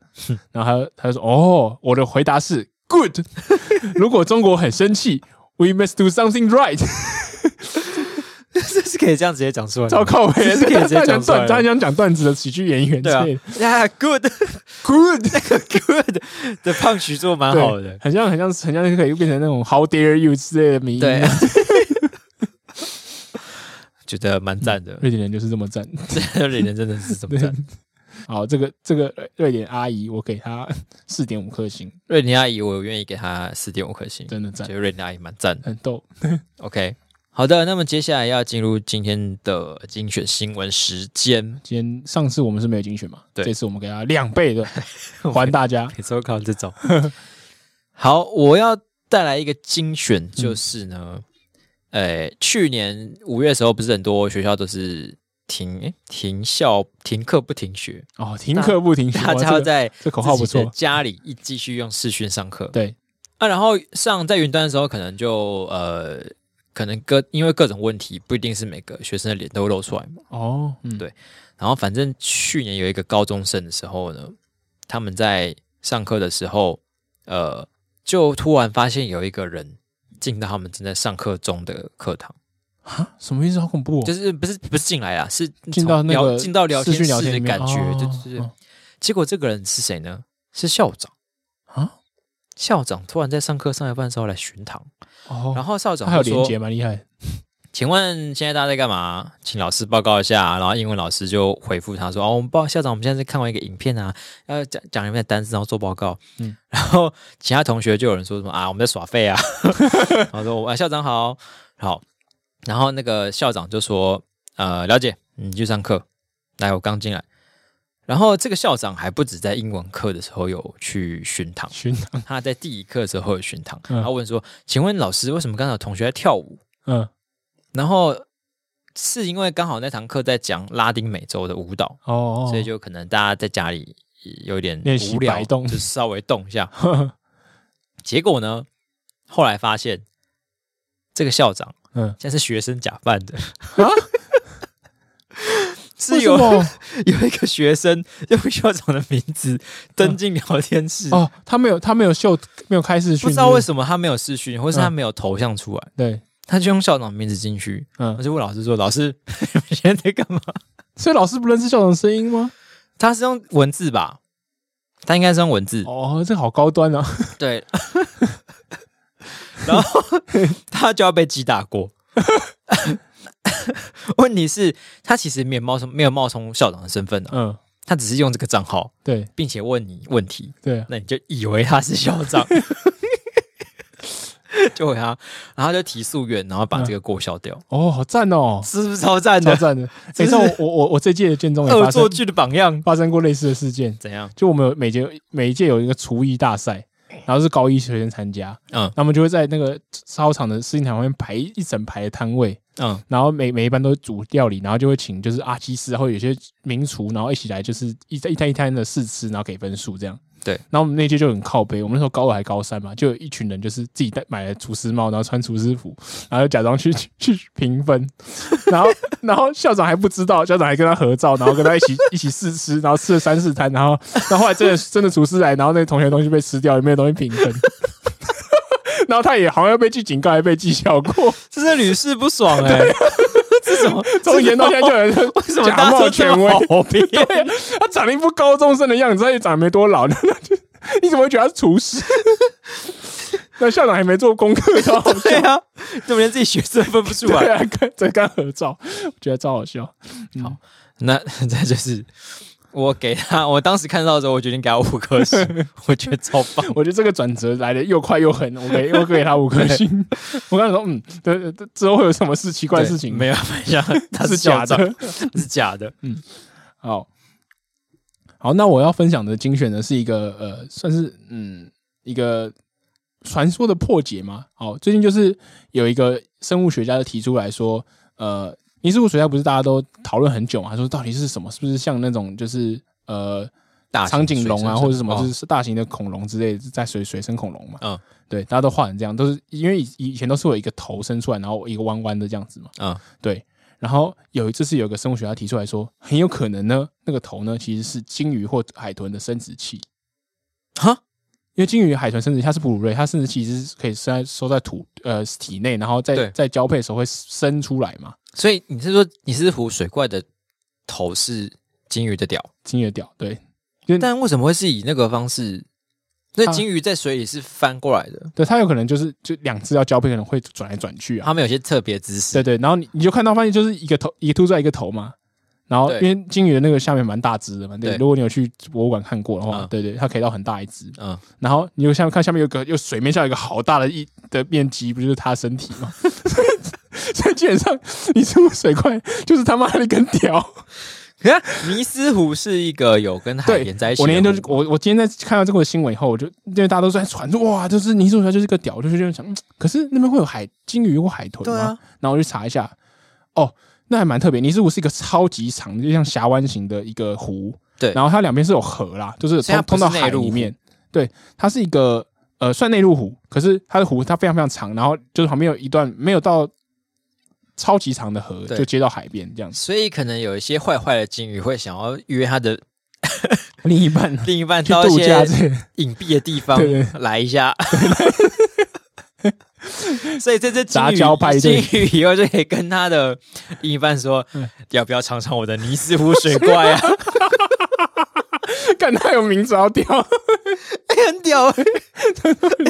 S2: 然后他他就说：“哦，我的回答是 good。如果中国很生气。” We must do something right，
S1: 这是可以这样直接讲出 来的
S2: 超
S1: 吗，
S2: 靠背，
S1: 是可以直接
S2: 他
S1: 讲
S2: 想
S1: 出来的
S2: 段，他想讲段子的喜剧演员之
S1: 对啊
S2: 类的，
S1: 呀，good good 那个 good 的胖曲做蛮
S2: 对
S1: 好的，
S2: 很像很像很像可以变成那种 How dare you 之类的名
S1: 对
S2: 言。，
S1: 觉得蛮赞的，
S2: 瑞典人就是这么赞。
S1: 这里人真的是这么
S2: 嗯对
S1: 赞。，
S2: 好，这个这个瑞典阿姨，我给她四点五颗星，
S1: 瑞典阿姨，我愿意给她四点五颗星，
S2: 真的
S1: 觉
S2: 赞，
S1: 得瑞典阿姨蛮赞的。
S2: 很逗。
S1: OK，好的，那么接下来要进入今天的精选新闻时间。
S2: 今天上次我们是没有精选嘛，
S1: 对
S2: 这次我们给她两倍 的还大家。
S1: 每次都看到这种。 好，我要带来一个精选，就是
S2: 嗯
S1: 呢，呃，去年五月的时候，不是很多学校都是停诶停校、停课不停学，
S2: 哦，停课不停学，
S1: 大
S2: 哇
S1: 家
S2: 这
S1: 要
S2: 个
S1: 在
S2: 这口
S1: 自
S2: 号
S1: 己
S2: 不
S1: 的
S2: 错。
S1: 家里一继续用视讯上课。
S2: 对
S1: 啊，然后上在云端的时候，可能就呃，可能各因为各种问题，不一定是每个学生的脸都会露出来嘛。
S2: 哦，嗯，
S1: 对然后反正去年有一个高中生的时候呢，他们在上课的时候，呃，就突然发现有一个人进到他们正在上课中的课堂，
S2: 啊，什么意思？好恐怖哦！
S1: 就是不是不是进来啊，是
S2: 进到
S1: 从
S2: 那
S1: 聊
S2: 个
S1: 进到聊
S2: 视
S1: 天
S2: 讯聊
S1: 室
S2: 天
S1: 的
S2: 里面
S1: 感觉，
S2: 哦
S1: 就就是
S2: 哦
S1: 结果这个人是谁呢？是校长
S2: 啊！
S1: 校长突然在上课上一半的时候来巡堂，
S2: 哦，
S1: 然后校
S2: 他
S1: 长
S2: 还有
S1: 就
S2: 连
S1: 说
S2: 接，蛮厉害的。
S1: 请问现在大家在干嘛？请老师报告一下。然后英文老师就回复他说：“哦，我们报校长，我们现在在看完一个影片啊，要讲讲里面的单词，然后做报告。”嗯
S2: 嗯，
S1: 然后其他同学就有人说什么啊，我们在耍废啊。 然后说：“啊，校长好，好。”然后那个校长就说：“呃，了解，你去上课。来，我刚进来。”然后这个校长还不止在英文课的时候有去巡堂，
S2: 群长，
S1: 他在第一课的时候有巡堂，
S2: 嗯
S1: 然后问说：“请问老师，为什么刚才有同学在跳舞？”
S2: 嗯，
S1: 然后是因为刚好那堂课在讲拉丁美洲的舞蹈，
S2: 哦，哦
S1: 所以就可能大家在家里有点
S2: 练习
S1: 无聊，
S2: 摆动
S1: 就稍微动一 下。结果呢，后来发现这个校长
S2: 嗯，
S1: 现在是学生假扮的，
S2: 为
S1: 是
S2: 什
S1: 有
S2: 么
S1: 有一个学生用校长的名字登进聊天室。
S2: 嗯哦，他没有他没有秀没有开视讯，
S1: 不知道为
S2: 么。
S1: 什么他没有视讯，或是他
S2: 嗯
S1: 没有头像出来，
S2: 对，
S1: 他就用校长的名字进去。我
S2: 嗯，
S1: 就问老师说：“老师， 你们现在在干嘛？”
S2: 所以老师不认识校长的声音吗？
S1: 他是用文字吧？他应该是用文字，
S2: 哦，这好 高端啊！
S1: 对。然后他就要被击打过。 问题是，他其实没有冒充没有冒充校长的身份的、啊
S2: 嗯，
S1: 他只是用这个账号，
S2: 对
S1: 并且问你问题，
S2: 对，
S1: 那你就以为他是校长， 就回他，然后就提诉愿，然后把这个过消掉，
S2: 哦，好赞 哦，
S1: 是不是超赞
S2: 超
S1: 的？
S2: 赞的！
S1: 这
S2: 哎，
S1: 是
S2: 像我我我我这届的建中也
S1: 恶
S2: 发生
S1: 作剧的榜样，
S2: 发生过类似的事件，
S1: 怎样？
S2: 就我们有每届每一届有一个厨艺大赛，然后是高一学生参加，
S1: 哎嗯
S2: 他们就会在那个操场的试验场旁边排一整排的摊位，
S1: 嗯
S2: 然后每每一班都煮料理，然后就会请就是阿基师，然后有些名厨，然后一起来就是一一摊一摊的试吃，然后给分数这样。
S1: 对
S2: 然后我们那届就很靠背，我们那时候高二还高三嘛，就有一群人就是自己带买了厨师帽，然后穿厨师服，然后就假装去 去去评分，然后然后校长还不知道，校长还跟他合照，然后跟他一起一起试吃，然后吃了三四摊，然后然后后来真的真的厨师来，然后那同学的东西被吃掉，也没有东西评分， 然后他也好像被记警告，还被记小过。
S1: 这是屡试不爽
S2: 欸
S1: 哎、这是什么？
S2: 从以前到现在就有人为
S1: 为什么大
S2: 假
S1: 家
S2: 冒
S1: 都
S2: 权
S1: 这
S2: 威啊
S1: 么？ 好评？
S2: 他长得一副高中生的样子，他也长得没多老，那 就你怎么会觉得他是厨师？ 那校长还没做功课，超 好
S1: 对
S2: 笑。
S1: 啊，怎么连自己学生分不出
S2: 对
S1: 来？
S2: 啊，跟在跟他合照，我觉得超好笑。好，
S1: 那 这就是我给他，我当时看到的时候，我决定给他五颗 星，我觉得超棒。
S2: 我觉得这个转折来的又快又狠，我给我给他五颗 星。我刚才说，嗯，对，对之后会有什么事奇怪的事情？
S1: 对没有，没 有，他
S2: 是
S1: 是
S2: 假
S1: 校长，
S2: 的。
S1: 是假的。
S2: 好，好，那我要分享的精选呢是一个呃，算是嗯一个传说的破解嘛。好，最近就是有一个生物学家就提出来说，呃，尼斯湖水灾不是大家都讨论很久嘛？说到底是什么？是不是像那种就是呃
S1: 大型
S2: 长颈龙
S1: 水
S2: 啊，
S1: 生
S2: 或者什么
S1: 哦
S2: 是大型的恐龙之类的，在水水生恐龙嘛？
S1: 嗯，
S2: 对，大家都画成这样，都是因为以以前都是有一个头伸出来，然后一个弯弯的这样子嘛。
S1: 嗯，
S2: 对。然后有一次是有个生物学家提出来说，很有可能呢，那个头呢其实是鲸鱼或海豚的生殖器，
S1: 哈，
S2: 因为鲸鱼、海豚生殖器它是哺乳类，它生殖器是可以生在收在土呃体内，然后
S1: 对
S2: 在在交配的时候会生出来嘛，
S1: 所以你是说你是湖水怪的头是金鱼的屌，
S2: 鲸鱼的屌对，
S1: 但为什么会是以那个方式？那
S2: 它
S1: 金鱼在水里是翻过来的，
S2: 对，它有可能就是就两只要交配，可能会转来转去啊，
S1: 它们有些特别姿势
S2: 对。对，然后你你就看到发现就是一个头一个凸出来一个头嘛，然后
S1: 对
S2: 因为鲸鱼的那个下面蛮大只的嘛，对，
S1: 对
S2: 如果你有去博物馆看过的话，
S1: 嗯
S2: 对对，它可以到很大一只，
S1: 嗯，
S2: 然后你又下面看下面有个有水面下有一个好大的一的面积，不就是它身体吗？ 所以基本上你这么水怪就是他妈的一根屌。
S1: 可是尼斯湖是一个有跟海
S2: 对
S1: 连在一起的湖。
S2: 我那天就是我我今天在看到这个新闻以后，我就因为大家都在传说哇，就是泥塑出来就是个屌，我就是这样想，嗯可是那边会有海鲸鱼或海豚
S1: 对
S2: 吗？
S1: 啊
S2: 然后我去查一下，哦，那还蛮特别。尼斯湖是一个超级长，就像峡湾型的一个湖，
S1: 对
S2: 然后它两边是有河啦，就是
S1: 所以它
S2: 通
S1: 不
S2: 通
S1: 是
S2: 到
S1: 内
S2: 海
S1: 陆湖
S2: 里面。对，它是一个呃算内陆湖，可是它的湖它非常非常长，然后就是旁边有一段没有到超级长的河，
S1: 对
S2: 就接到海边这样子。
S1: 所以可能有一些坏坏的鲸鱼会想要约他的
S2: 另一半
S1: 另一半
S2: 去
S1: 到一
S2: 度
S1: 些
S2: 假这。
S1: 隐蔽的地方
S2: 对
S1: 来一下， 所以这只金
S2: 杂交派
S1: 鱼，
S2: 对嗯
S1: 金鱼以后就可以跟他的另一半说，要不要尝尝我的尼斯湖水怪啊？
S2: 干他有名字要掉，
S1: 很 屌、欸，这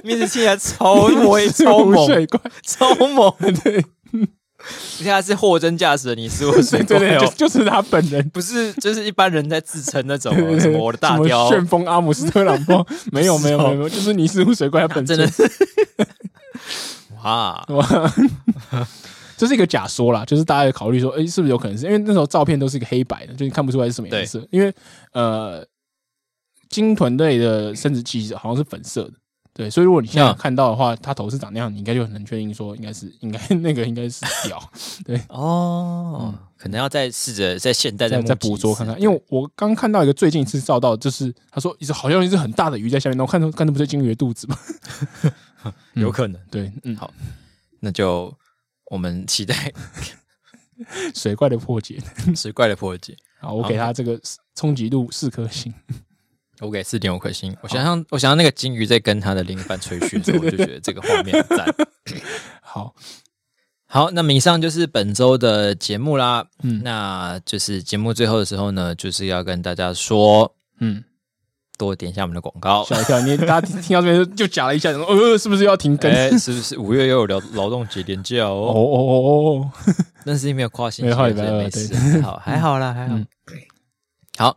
S1: 名字听起来超威、超
S2: 湖
S1: 猛、
S2: 水怪，
S1: 超 猛。对，而且他是货真价实的尼斯湖水怪
S2: 对 对对，
S1: 哦，
S2: 就就是他本人。
S1: 不是就是一般人在自称那种
S2: 对对
S1: 哦
S2: 对
S1: 什么我的大
S2: 什么
S1: 雕，哦
S2: 旋风阿姆斯特朗 波没有没有没有没有，就是尼斯湖水怪他本
S1: 啊
S2: 嗯
S1: 真
S2: 身
S1: 的是 哇，
S2: 哇，这是一个假说啦，就是大家有考虑说，诶，是不是有可能是因为那时候照片都是一个黑白的，就你看不出来是什么颜色，因为呃，鲸豚类的生殖器好像是粉色的，对，所以如果你现在
S1: 嗯
S2: 看到的话，它头是长那样，你应该就很能确定说应该是应该 那个应该是屌，
S1: 哦，可能要再试着在现代
S2: 再
S1: 目
S2: 再
S1: 击
S2: 捕
S1: 一
S2: 捉
S1: 次
S2: 看看，因为我刚看到一个最近一次照到，就是他说一只好像一只很大的鱼在下面，然后看到看那不是鲸鱼的肚子吗？
S1: 有可能，
S2: 对，嗯，
S1: 好那就我们期待
S2: 水怪的破解，
S1: 石怪的破解。
S2: 好，我给他这个冲击度四颗星。
S1: 我给四点五颗星。我想象，我想象那个金鱼在跟他的另一半吹嘘的时 候，我就觉得这个画面很赞。
S2: 好，
S1: 好，那么以上就是本周的节目啦。
S2: 嗯
S1: 那就是节目最后的时候呢，就是要跟大家说，
S2: 嗯，
S1: 多点一下我们的广告。
S2: 吓一跳！你大家听听到这边就就夹了一下，想说呃，是不是又要停更？
S1: 哎，是不是五月又有劳劳动节连假
S2: 哦
S1: 哦？
S2: 哦哦哦，
S1: 但是因为没有跨星期，
S2: 没有跨
S1: 所以
S2: 礼拜二
S1: 没事，还 好，还好啦，还好
S2: 嗯。
S1: 好，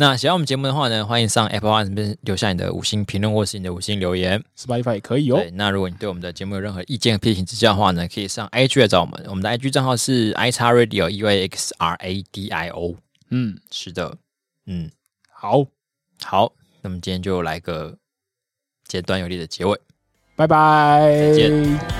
S1: 那喜欢我们节目的话呢，欢迎上 Apple One 这边留下你的五星评论或是你的五星留言。
S2: ，Spotify 也可以哦
S1: 对，。那如果你对我们的节目有任何意见、批评、指教的话呢，可以上 IG 来找我们。我们的 IG 账号是 i x radio e y x r a d i o。
S2: 嗯，
S1: 是的，嗯，
S2: 好，
S1: 好，那么今天就来个简短有力的结尾。
S2: 拜拜，
S1: 再见。